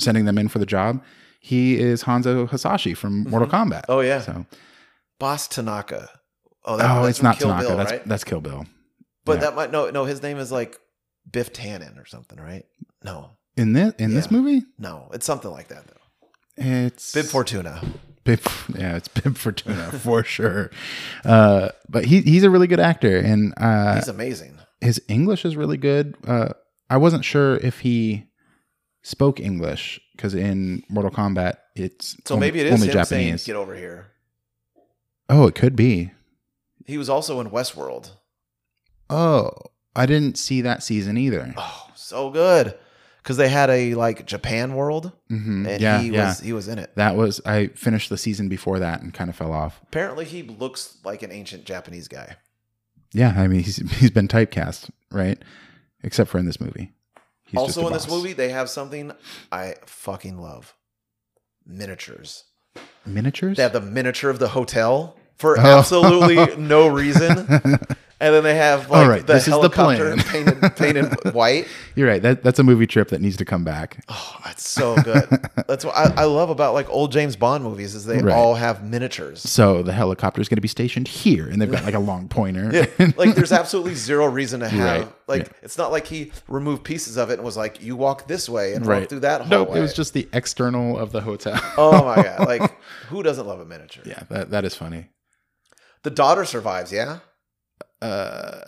B: sending them in for the job. He is Hanzo Hasashi from Mortal Kombat.
A: oh yeah,
B: So,
A: Boss Tanaka. Oh,
B: oh,
A: that's
B: it's
A: from
B: not
A: Kill
B: Tanaka.
A: Bill,
B: that's
A: right?
B: that's Kill Bill.
A: but
B: yeah.
A: that might no, no. His name is like Biff Tannen or something, right? No,
B: In this in this
A: Yeah.
B: movie,
A: no, it's something like that though.
B: it's
A: Bib Fortuna.
B: Bib, yeah, it's Bib Fortuna for sure. Uh, but he he's a really good actor, and uh,
A: He's amazing.
B: his English is really good. Uh, I wasn't sure if he spoke English because in Mortal Kombat it's
A: So
B: only-
A: maybe it is
B: only
A: him
B: Japanese.
A: saying, "Get over here."
B: oh, it could be.
A: He was also in Westworld.
B: Oh, I didn't see that season either.
A: Oh, so good. Because they had a like Japan world,
B: hmm
A: and
B: Yeah,
A: he
B: yeah.
A: was he was in it.
B: That was I finished the season before that and kind of fell off.
A: Apparently, he looks like an ancient Japanese guy.
B: Yeah, I mean he's he's been typecast, right? Except for in this movie. He's just
A: also,
B: a
A: in this
B: boss.
A: movie, they have something I fucking love: miniatures.
B: miniatures.
A: They have the miniature of the hotel for
B: Oh.
A: absolutely no reason, and then they have like
B: All right,
A: the
B: this is the
A: helicopter
B: plan.
A: painted painted white.
B: You're right. That that's a movie trip that needs to come back.
A: Oh, that's so good. That's what I, I love about like old James Bond movies is they
B: Right.
A: all have miniatures.
B: So the helicopter is going to be stationed here, and they've got like a long pointer.
A: Yeah, like there's absolutely zero reason to have.
B: Right,
A: Like
B: yeah.
A: it's not like he removed pieces of it and was like, "You walk this way and
B: right
A: walk through that hallway."
B: Nope, it was just the external of the hotel.
A: Oh my god! Like who doesn't love a miniature?
B: yeah, that that is funny.
A: The daughter survives. Yeah,
B: Uh,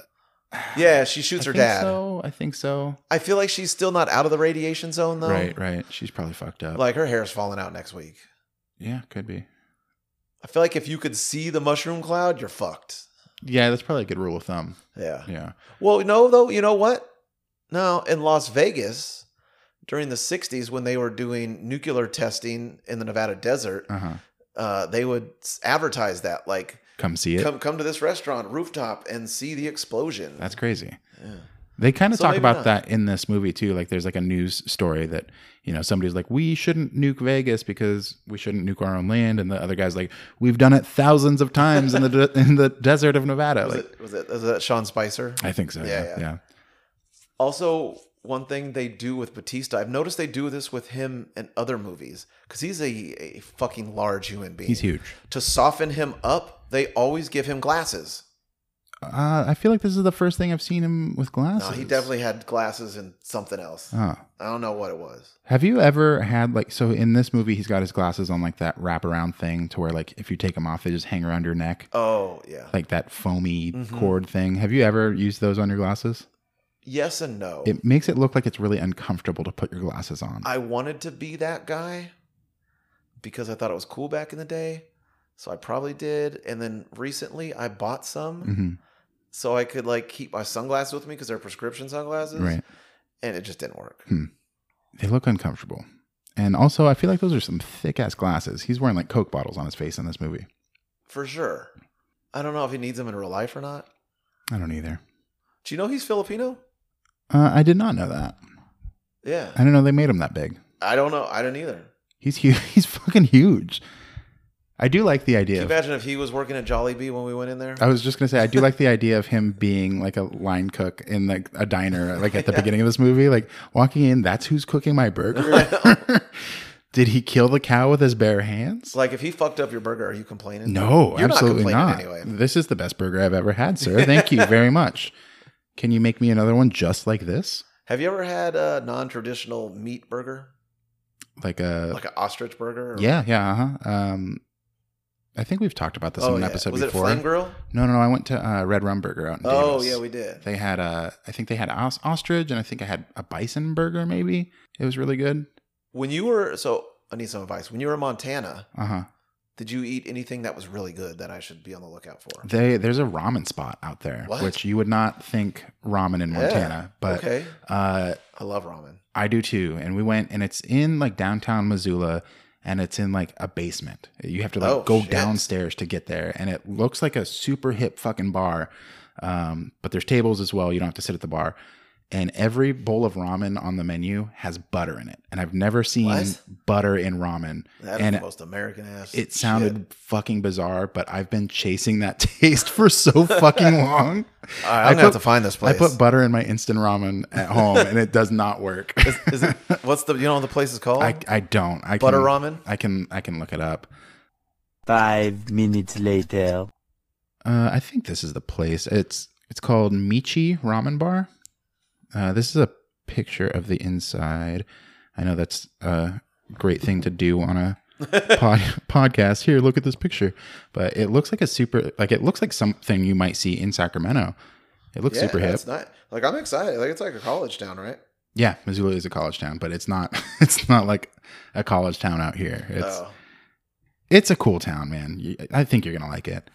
A: yeah. She shoots her dad.
B: So I think so.
A: I feel like she's still not out of the radiation zone though.
B: Right, right. She's probably fucked up.
A: Like her hair's falling out next week.
B: yeah, could be.
A: I feel like if you could see the mushroom cloud, you're fucked.
B: Yeah, that's probably a good rule of thumb.
A: Yeah.
B: Yeah.
A: Well, no, though. You know what? No, in Las Vegas during the '60s when they were doing nuclear testing in the Nevada desert.
B: Uh huh.
A: uh, they would s- advertise that like
B: Come see it.
A: come come to this restaurant rooftop and see the explosion.
B: That's crazy.
A: Yeah.
B: They kind of
A: So
B: talk
A: maybe
B: about
A: not.
B: that in this movie too. Like, there's like a news story that you know somebody's like, "We shouldn't nuke Vegas because we shouldn't nuke our own land," and the other guy's like, "We've done it thousands of times in the de- in the desert of Nevada."
A: was,
B: Like,
A: it, was it was that Sean Spicer?
B: I think so.
A: Yeah,
B: Yeah, yeah.
A: yeah. Also, one thing they do with Batista, I've noticed they do this with him and other movies because he's a, a fucking large human being.
B: He's huge.
A: To soften him up, they always give him glasses.
B: Uh, I feel like this is the first thing I've seen him with
A: No,
B: glasses.
A: he definitely had glasses and something else.
B: Oh.
A: I don't know what it was.
B: Have you ever had like so in this movie he's got his glasses on like that wraparound thing to where like if you take them off they just hang around your neck
A: Oh yeah.
B: like that foamy
A: Mhm.
B: cord thing. Have you ever used those on your glasses?
A: Yes and no.
B: It makes it look like it's really uncomfortable to put your glasses on.
A: I wanted to be that guy because I thought it was cool back in the day. So I probably did. And then recently I bought some
B: Mhm.
A: so I could like keep my sunglasses with me because they're prescription sunglasses.
B: Right.
A: And it just didn't work.
B: They look uncomfortable. And also I feel like those are some thick ass glasses. He's wearing like Coke bottles on his face in this movie.
A: For sure. I don't know if he needs them in real life or not.
B: I don't either.
A: Do you know he's Filipino?
B: Uh, I did not know that.
A: Yeah.
B: I didn't know they made him that big.
A: I don't know. I don't either.
B: He's huge. He's fucking huge. I do like the idea.
A: Can you
B: Of,
A: imagine if he was working at Jollibee when we went in there?
B: I was just gonna say I do like the idea of him being like a line cook in like a diner, like at the beginning of this movie, like walking in. That's who's cooking my burger. Did he kill the cow with his bare hands?
A: It's like if he fucked up your burger, are you complaining?
B: No,
A: You're not
B: absolutely
A: complaining
B: not.
A: anyway.
B: This is the best burger I've ever had, sir. Thank you very much. Can you make me another one just like this?
A: Have you ever had a non-traditional meat burger,
B: Like a
A: like an ostrich burger? or-
B: yeah, yeah. Uh-huh. Um, I think we've talked about this in an
A: Oh, yeah.
B: episode
A: was
B: before.
A: it Flame Grill?
B: no, no, no. I went to uh, Red Rum Burger out in
A: Oh
B: Davis.
A: yeah, we did.
B: they had a. I think they had os- ostrich, and I think I had a bison burger. Maybe it was really good.
A: When you were so, I need some advice. When you were in Montana,
B: Uh huh.
A: did you eat anything that was really good that I should be on the lookout for?
B: They there's a ramen spot out there,
A: What?
B: which you would not think ramen in
A: Yeah.
B: Montana, but
A: okay,
B: uh,
A: I love ramen.
B: I do too. And we went, and it's in like downtown Missoula, and it's in like a basement. You have to like
A: Oh,
B: go
A: shit.
B: downstairs to get there, and it looks like a super hip fucking bar. Um, but there's tables as well. You don't have to sit at the bar. And every bowl of ramen on the menu has butter in it, and I've never seen
A: What?
B: butter in ramen.
A: That is
B: And
A: the most American ass.
B: It sounded fucking bizarre, but I've been chasing that taste for so fucking long.
A: Shit. All right, I'm gonna have
B: put-
A: to find this place.
B: I put butter in my instant ramen at home, and it does not work.
A: is it, what's the you know what the place is called?
B: I, I don't. I
A: Butter
B: can,
A: ramen.
B: I can I can look it up.
C: Five minutes later.
B: Uh, I think this is the place. It's it's called Michi Ramen Bar. Uh, this is a picture of the inside. I know that's a great thing to do on a pod, podcast. Here, look at this picture. But it looks like a super like it looks like something you might see in Sacramento. It looks
A: Yeah,
B: super hip.
A: It's not like I'm excited. Like it's like a college town, right?
B: yeah, Missoula is a college town, but it's not it's not like a college town out here. It's
A: oh,
B: it's a cool town, man. You- I think you're gonna like it.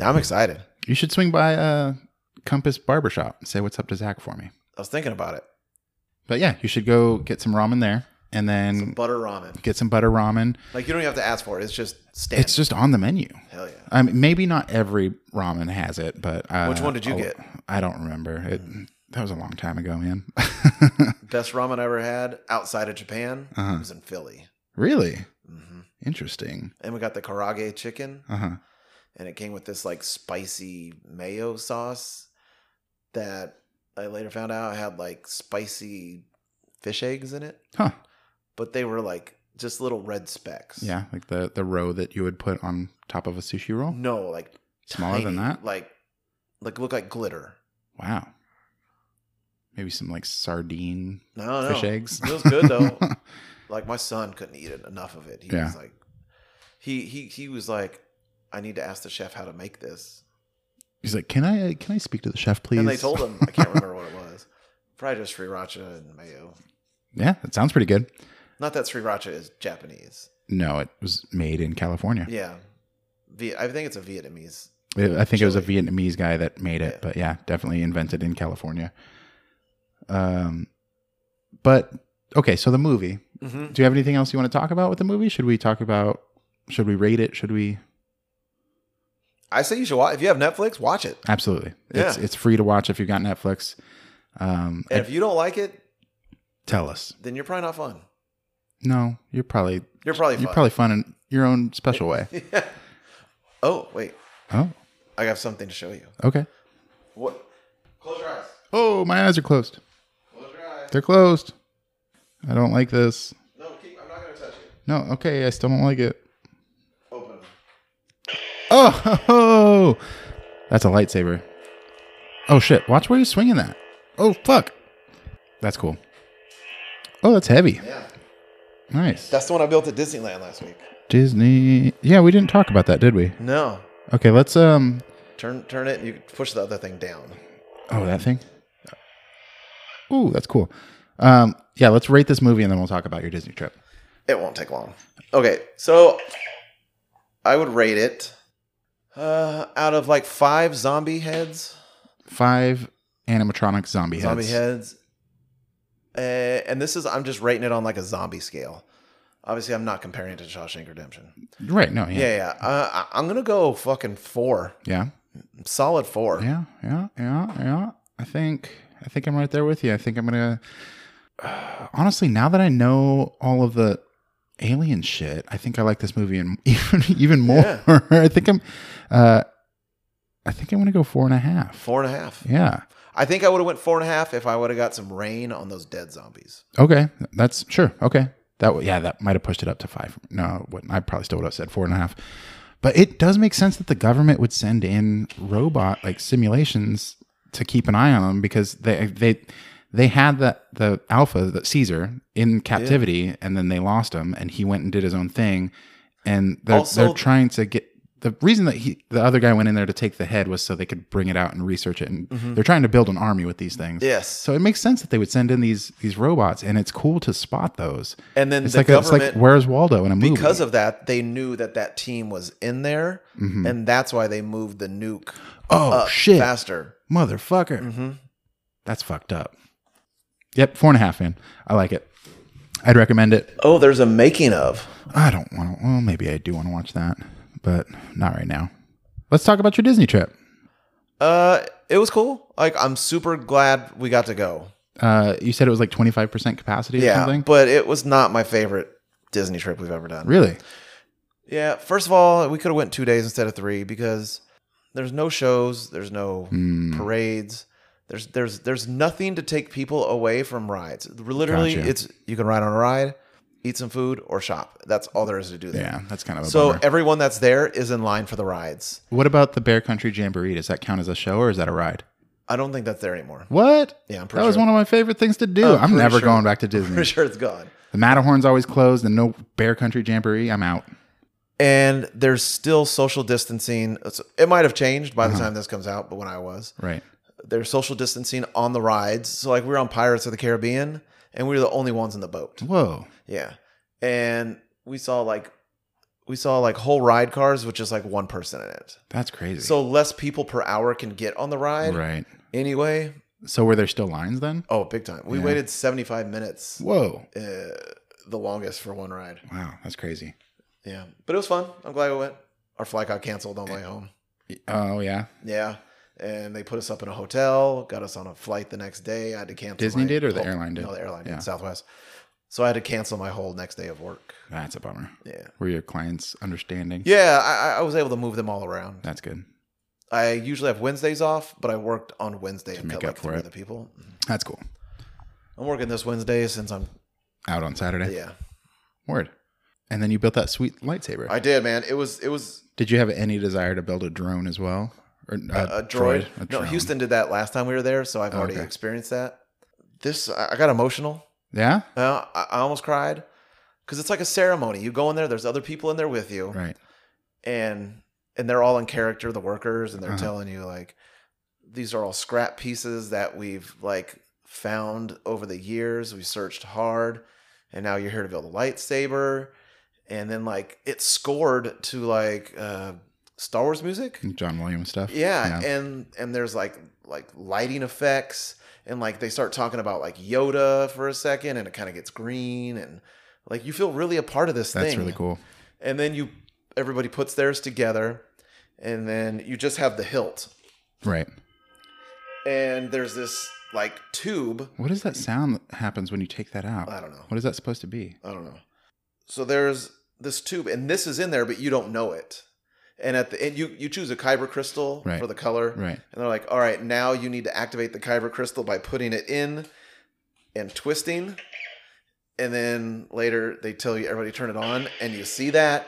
A: I'm excited.
B: You should swing by uh, Compass Barbershop and say what's up to Zach for me.
A: I was thinking about it.
B: But yeah, you should go get some ramen there and then
A: Some butter ramen.
B: get some butter ramen.
A: Like you don't even have to ask for it. It's just standard.
B: It's just on the menu.
A: hell yeah.
B: I mean, maybe not every ramen has it, but uh,
A: Which one did you
B: I'll-
A: get? Hmm.
B: I don't remember. It that was a long time ago, man.
A: Best ramen I ever had outside of Japan
B: Uh-huh.
A: was in Philly.
B: really
A: hmm
B: interesting.
A: And we got the karage chicken,
B: Uh huh.
A: and it came with this like spicy mayo sauce that I later found out had like spicy fish eggs in it,
B: Huh.
A: but they were like just little red specks.
B: Yeah, like the the row that you would put on top of a sushi roll.
A: No, like
B: Smaller than
A: tiny,
B: that?
A: Like, like look like glitter.
B: Wow. Maybe some like sardine
A: No, no.
B: fish eggs.
A: It was good though. like my son couldn't eat it, enough of it. He
B: Yeah.
A: was like, he he he was like, I need to ask the chef how to make this.
B: He's like, "Can I uh, can I speak to the chef, please?"
A: And they told him, I can't remember what it was. Probably just sriracha and mayo.
B: "Yeah, that sounds pretty good."
A: Not that sriracha is Japanese.
B: No, it was made in California.
A: Yeah, Vi- I think it's a Vietnamese.
B: I think it was a
A: Chili.
B: Vietnamese guy that made it,
A: Yeah.
B: but yeah, definitely invented in California. Um, but okay, so the movie.
A: Mm-hmm.
B: Do you have anything else you want to talk about with the movie? Should we talk about? Should we rate it? Should we?
A: I say you should watch. If you have Netflix, watch it.
B: Absolutely. It's
A: Yeah.
B: it's free to watch if you've got Netflix. Um,
A: And
B: and
A: if you don't like it,
B: tell us.
A: then you're probably not fun.
B: No, you're probably
A: You're probably
B: you're
A: fun.
B: probably fun in your own special way.
A: oh wait,
B: Oh,
A: I have something to show you.
B: okay.
A: What? Close your eyes.
B: Oh, my eyes are closed.
A: Close your eyes.
B: They're closed. I don't like this.
A: No, keep. I'm not gonna touch it.
B: No, okay, I still don't like it.
A: Open them.
B: Oh, ho, ho. that's a lightsaber. Oh shit! Watch where you're swinging that. Oh fuck, that's cool. Oh, that's heavy.
A: Yeah,
B: Nice.
A: that's the one I built at Disneyland last week.
B: Disney. Yeah, we didn't talk about that, did we?
A: No,
B: Okay, let's um.
A: turn turn it. and You push the other thing down.
B: Oh, that thing. Ooh, that's cool. Um, yeah, let's rate this movie and then we'll talk about your Disney trip.
A: It won't take long. Okay, so I would rate it uh, out of like five zombie heads,
B: Five animatronic zombie heads.
A: zombie heads, uh, and this is I'm just rating it on like a zombie scale. Obviously, I'm not comparing it to Shawshank Redemption.
B: Right? No.
A: Yeah,
B: Yeah.
A: yeah. Uh, I- I'm gonna go fucking four,
B: Yeah.
A: solid four.
B: Yeah, yeah, yeah, yeah. I think I think I'm right there with you. I think I'm gonna. honestly, now that I know all of the alien shit, I think I like this movie and even even more.
A: Yeah.
B: I think I'm, uh, I think I'm gonna go four and a half.
A: Four and a half.
B: Yeah.
A: I think I would have went four and a half if I would have got some rain on those dead zombies.
B: Okay. That's sure. Okay. That would yeah, that might have pushed it up to five. No, it wouldn't. I probably still would have said four and a half. But it does make sense that the government would send in robot like simulations to keep an eye on them because they they they had the the alpha the Caesar in captivity and then they lost him and he went and did his own thing and they're
A: Also-
B: they're trying to get the reason that he the other guy went in there to take the head was so they could bring it out and research it and they're trying to build an army with these things.
A: Yes.
B: So it makes sense that they would send in these these robots, and it's cool to spot those.
A: And then
B: It's
A: the
B: like it's
A: government,
B: like where's Waldo in a movie?
A: because of that, they knew that that team was in there, and that's why they moved the nuke
B: Mm-hmm. oh
A: up
B: shit,
A: faster.
B: motherfucker,
A: Mm-hmm.
B: that's fucked up. Yep, four and a half man. I like it. I'd recommend it.
A: Oh, there's a making of.
B: I don't want to. Well, maybe I do want to watch that, but not right now. Let's talk about your Disney trip.
A: Uh, it was cool. Like I'm super glad we got to go.
B: Uh, you said it was like twenty five percent capacity or
A: Yeah,
B: something.
A: but it was not my favorite Disney trip we've ever done.
B: really?
A: Yeah. First of all, we could have went two days instead of three because there's no shows, there's no
B: Hmm.
A: parades, there's there's there's nothing to take people away from rides. Literally,
B: Gotcha.
A: it's you can ride on a ride, eat some food, or shop. That's all there is to do there.
B: Yeah, that's kind of a
A: So
B: bummer.
A: everyone that's there is in line for the rides.
B: What about the Bear Country Jamboree? Does that count as a show or is that a ride?
A: I don't think that's there anymore.
B: What?
A: Yeah, I'm
B: That
A: pretty
B: was
A: sure.
B: one of my favorite things to do. I'm
A: pretty
B: never
A: sure.
B: going back to Disney.
A: Pretty sure it's gone.
B: The Matterhorn's always closed, and no Bear Country Jamboree. I'm out.
A: And there's still social distancing. It's- It might have changed by the
B: Uh-huh.
A: time this comes out, but when I was,
B: Right.
A: there's social distancing on the rides. So like we were on Pirates of the Caribbean, and we were the only ones in the boat.
B: Whoa.
A: Yeah, and we saw like we saw like whole ride cars with just like one person in it.
B: That's crazy.
A: So less people per hour can get on the ride
B: right.
A: anyway.
B: So were there still lines then?
A: Oh, big time! We
B: Yeah.
A: waited 75 minutes,
B: Whoa.
A: uh, the longest for one ride.
B: Wow, that's crazy.
A: Yeah, but it was fun. I'm glad we went. Our flight got canceled on the way home.
B: Oh yeah.
A: Yeah. And they put us up in a hotel, got us on a flight the next day. I had to cancel.
B: Disney
A: my
B: did or the
A: whole-
B: airline did?
A: No, the airline
B: Yeah.
A: did, Southwest. So I had to cancel my whole next day of work.
B: That's a bummer.
A: Yeah.
B: Were your clients understanding?
A: Yeah, I, I- I was able to move them all around.
B: That's good.
A: I usually have Wednesdays off, but I worked on Wednesday and
B: make
A: cut
B: up
A: like
B: for
A: three
B: it.
A: other people.
B: That's cool.
A: I'm working this Wednesday since I'm,
B: Out on Saturday.
A: yeah.
B: Word. And then you built that sweet lightsaber.
A: I did, man. It was, it was
B: did you have any desire to build a drone as well? Or uh,
A: a, a droid.
B: A
A: No,
B: drone.
A: Houston did that last time we were there, so I've
B: Oh,
A: already
B: okay.
A: experienced that. This, I I got emotional.
B: Yeah.
A: Uh, I, I almost cried because it's like a ceremony. You go in there, there's other people in there with you,
B: Right.
A: and and they're all in character, the workers, and they're
B: Uh-huh.
A: telling you like these are all scrap pieces that we've like found over the years. We searched hard, and now you're here to build a lightsaber. And then like it's scored to like uh, Star Wars music.
B: John Williams stuff.
A: Yeah, and and there's like like lighting effects, and like they start talking about like Yoda for a second, and it kind of gets green, and like you feel really a part of this
B: That's
A: thing.
B: really cool.
A: And then you everybody puts theirs together, and then you just have the hilt,
B: Right.
A: and there's this like tube.
B: What is that sound that happens when you take that out?
A: I don't know.
B: What is that supposed to be?
A: I don't know. So there's this tube, and this is in there, but you don't know it. And at the end, you you choose a kyber crystal
B: Right.
A: for the color,
B: Right.
A: And they're like, all right, now you need to activate the kyber crystal by putting it in and twisting. And then later they tell you, everybody turn it on, and you see that.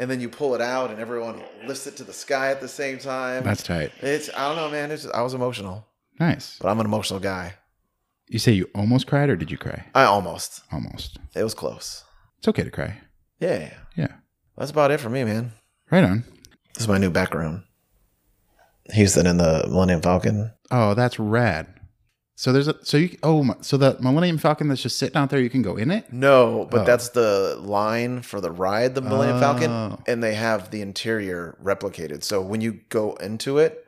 A: And then you pull it out, and everyone lifts it to the sky at the same time.
B: That's tight.
A: it's, I don't know, man. It's, I was emotional,
B: Nice.
A: but I'm an emotional guy.
B: You say you almost cried or did you cry?
A: I almost.
B: Almost.
A: It was close.
B: It's okay to cry.
A: Yeah.
B: Yeah.
A: That's about it for me, man.
B: Right on.
A: This is my new background. Houston in the Millennium Falcon.
B: Oh, that's rad. So there's a so you oh my, so that Millennium Falcon that's just sitting out there you can go in it.
A: No, but
B: Oh.
A: that's the line for the ride, the Millennium
B: Oh.
A: Falcon, and they have the interior replicated. So when you go into it,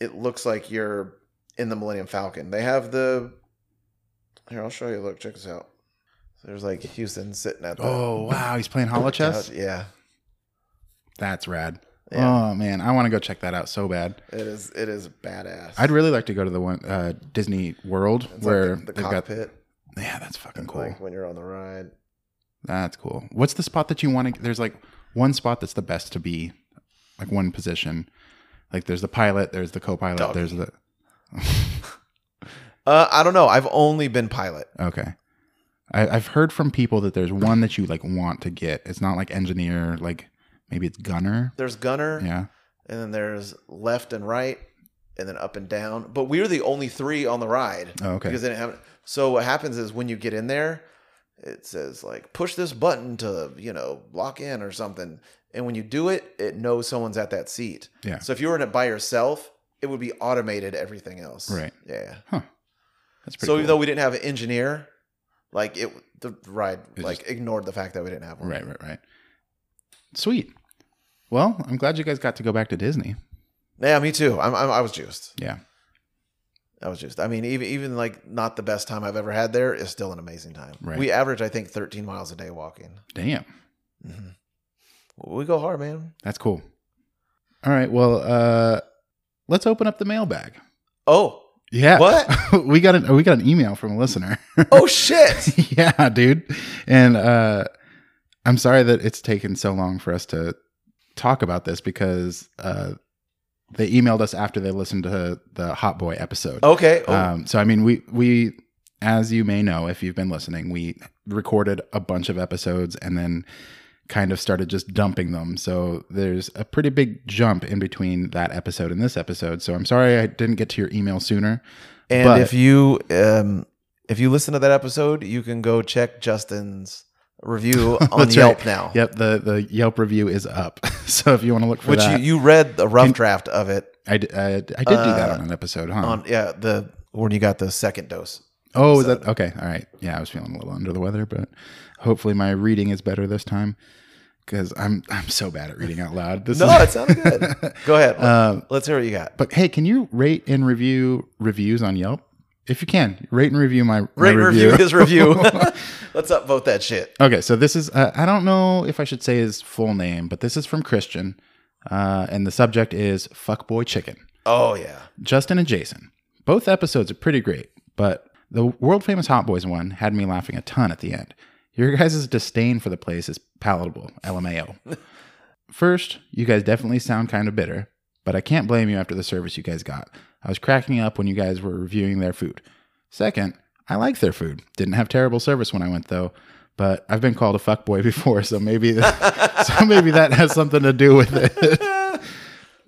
A: it looks like you're in the Millennium Falcon. They have the here. I'll show you. Look, check this out. There's like Houston sitting at the
B: Oh wow, he's playing hollow chess.
A: couch. Yeah,
B: That's rad.
A: Yeah.
B: Oh man, I want to go check that out so bad.
A: it is. It is badass.
B: I'd really like to go to the one uh, Disney World
A: It's like
B: where
A: the, the
B: they've
A: cockpit,
B: got yeah, that's fucking cool.
A: like when you're on the ride.
B: That's cool. What's the spot that you want to? There's like one spot that's the best to be, like one position. Like there's the pilot, there's the co-pilot,
A: Doggy.
B: there's the
A: Uh, I don't know. I've only been pilot.
B: okay. I, I've heard from people that there's one that you like want to get. It's not like engineer, like maybe it's gunner.
A: There's gunner,
B: Yeah.
A: and then there's left and right, and then up and down. But we were the only three on the ride.
B: Oh, okay.
A: Because they didn't have. So what happens is when you get in there, it says like push this button to you know lock in or something, and when you do it, it knows someone's at that seat.
B: Yeah.
A: So if you were in it by yourself, it would be automated everything else.
B: Right.
A: Yeah.
B: That's pretty
A: So even
B: cool.
A: though we didn't have an engineer, like it, the ride
B: It
A: like
B: just-
A: ignored the fact that we didn't have one.
B: Right, right, right. Sweet. Well, I'm glad you guys got to go back to Disney.
A: Yeah, me too. I'm, I'm I was juiced.
B: Yeah.
A: I was juiced. I mean, even even like not the best time I've ever had there is still an amazing time.
B: Right.
A: We average, I think, 13 miles a day walking.
B: Damn.
A: Mhm. We go hard, man.
B: That's cool. All right. Well, uh let's open up the mailbag.
A: Oh,
B: Yeah.
A: What?
B: we got an we got an email from a listener.
A: oh shit!
B: yeah, dude. And uh I'm sorry that it's taken so long for us to talk about this because uh they emailed us after they listened to the Hot Boy episode.
A: Okay. Oh,
B: Um, so I mean, we we as you may know if you've been listening, we recorded a bunch of episodes and then kind of started just dumping them. So there's a pretty big jump in between that episode and this episode. So I'm sorry I didn't get to your email sooner.
A: and
B: but-
A: if you um if you listen to that episode, you can go check Justin's review on
B: That's
A: Yelp
B: right.
A: now.
B: Yep, the the Yelp review is up. so if you want to look for
A: Which you,
B: that,
A: you read the rough
B: Can-
A: draft of it
B: I, d- I, I did do that
A: Uh,
B: on an episode, huh?
A: on yeah the when you got the second dose.
B: Oh, is that okay? All right. Yeah, I was feeling a little under the weather, but hopefully my reading is better this time because I'm I'm so bad at reading out loud. This
A: No,
B: is-
A: it sounded good. Go ahead.
B: Um,
A: Let's hear what you got.
B: but hey, can you rate and review reviews on Yelp? If you can, rate and review my, my
A: Rate and
B: review.
A: review his review. Let's upvote that shit.
B: okay, so this is uh, I don't know if I should say his full name, but this is from Christian, uh, and the subject is "fuckboy chicken."
A: Oh yeah.
B: Justin and Jason. Both episodes are pretty great, but the world famous Hot Boys one had me laughing a ton at the end. Your guys' disdain for the place is palatable, LMAO. First, you guys definitely sound kind of bitter, but I can't blame you after the service you guys got. I was cracking up when you guys were reviewing their food. Second, I like their food. Didn't have terrible service when I went though, but I've been called a fuckboy before, so maybe so maybe that has something to do with it.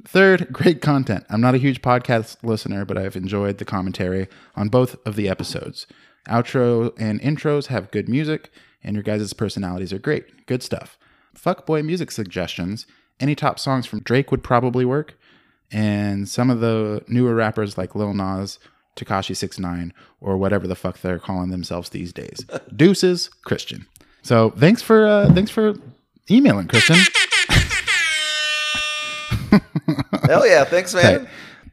B: Third, great content. I'm not a huge podcast listener, but I've enjoyed the commentary on both of the episodes. Outro and intros have good music, and your guys' personalities are great. Good stuff. Fuckboy music suggestions. Any top songs from Drake would probably work, and some of the newer rappers like Lil Nas, Takashi 69, or whatever the fuck they're calling themselves these days. Deuces, Christian. So thanks for uh, thanks for emailing, Christian.
A: Hell yeah. Thanks, man.
B: Hey,
A: Your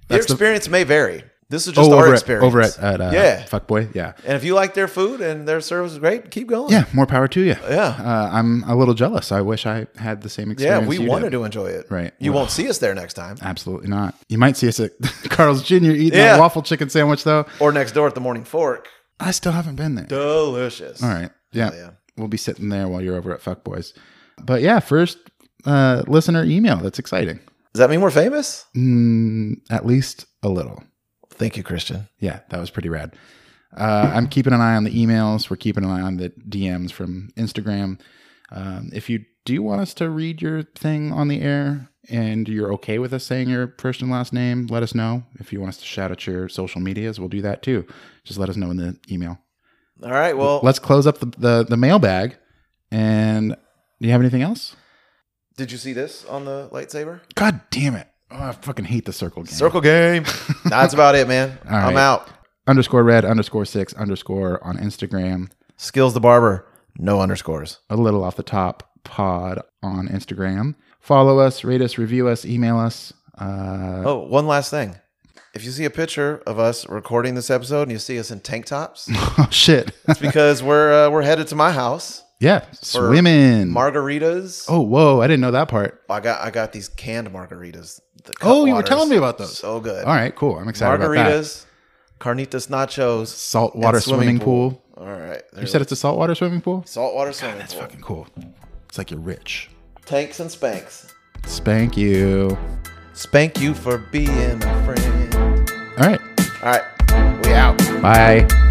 B: that's the-
A: experience may vary. This is just
B: Oh,
A: our
B: over at,
A: experience.
B: over at, at uh,
A: yeah.
B: Fuckboy, yeah.
A: And if you like their food and their service is great, keep going.
B: Yeah, more power to you.
A: Yeah.
B: Uh, I'm a little jealous. I wish I had the same
A: Yeah,
B: experience.
A: we
B: you
A: wanted
B: did.
A: to enjoy it.
B: Right.
A: You
B: Well.
A: won't see us there next time
B: Absolutely not. You might see us at Carl's Jr. eating
A: Yeah.
B: that waffle chicken sandwich, though.
A: or next door at the Morning Fork.
B: I still haven't been there.
A: Delicious.
B: All right. Yeah.
A: Oh, yeah.
B: We'll be sitting there while you're over at Fuckboys. But yeah, first uh, listener email. That's exciting.
A: Does that mean we're famous?
B: Mm, at least a little.
A: Thank you, Christian.
B: Yeah, that was pretty rad. Uh, I'm keeping an eye on the emails. We're keeping an eye on the DMs from Instagram. Um, if you do want us to read your thing on the air and you're okay with us saying your first and last name, let us know. If you want us to shout out your social medias, we'll do that too. Just let us know in the email.
A: All right. Well,
B: Let's close up the, the, the mailbag. And do you have anything else?
A: did you see this on the lightsaber?
B: God damn it. Oh, I fucking hate the circle game.
A: Circle game. That's about it, man.
B: All
A: I'm
B: right.
A: out.
B: Underscore red underscore six underscore on Instagram.
A: Skills the barber. No underscores.
B: a little off the top pod on Instagram. Follow us, rate us, review us, email us. Uh,
A: Oh, one last thing. If you see a picture of us recording this episode and you see us in tank tops,
B: oh shit!
A: it's because we're uh, we're headed to my house.
B: yeah, swimming.
A: Margaritas.
B: oh whoa! I didn't know that part.
A: I got I got these canned margaritas. the cut
B: Oh, you were
A: waters.
B: telling me about those.
A: So good.
B: All right, cool. I'm excited about that.
A: Margaritas, carnitas nachos,
B: Saltwater
A: and swimming
B: swimming pool.
A: All right.
B: You said it's a saltwater swimming pool?
A: saltwater swimming
B: That's
A: pool.
B: fucking cool. It's like you're rich.
A: Tanks and spanks.
B: Spank you.
A: Spank you for being a friend.
B: All right.
A: All right. We out.
B: Bye.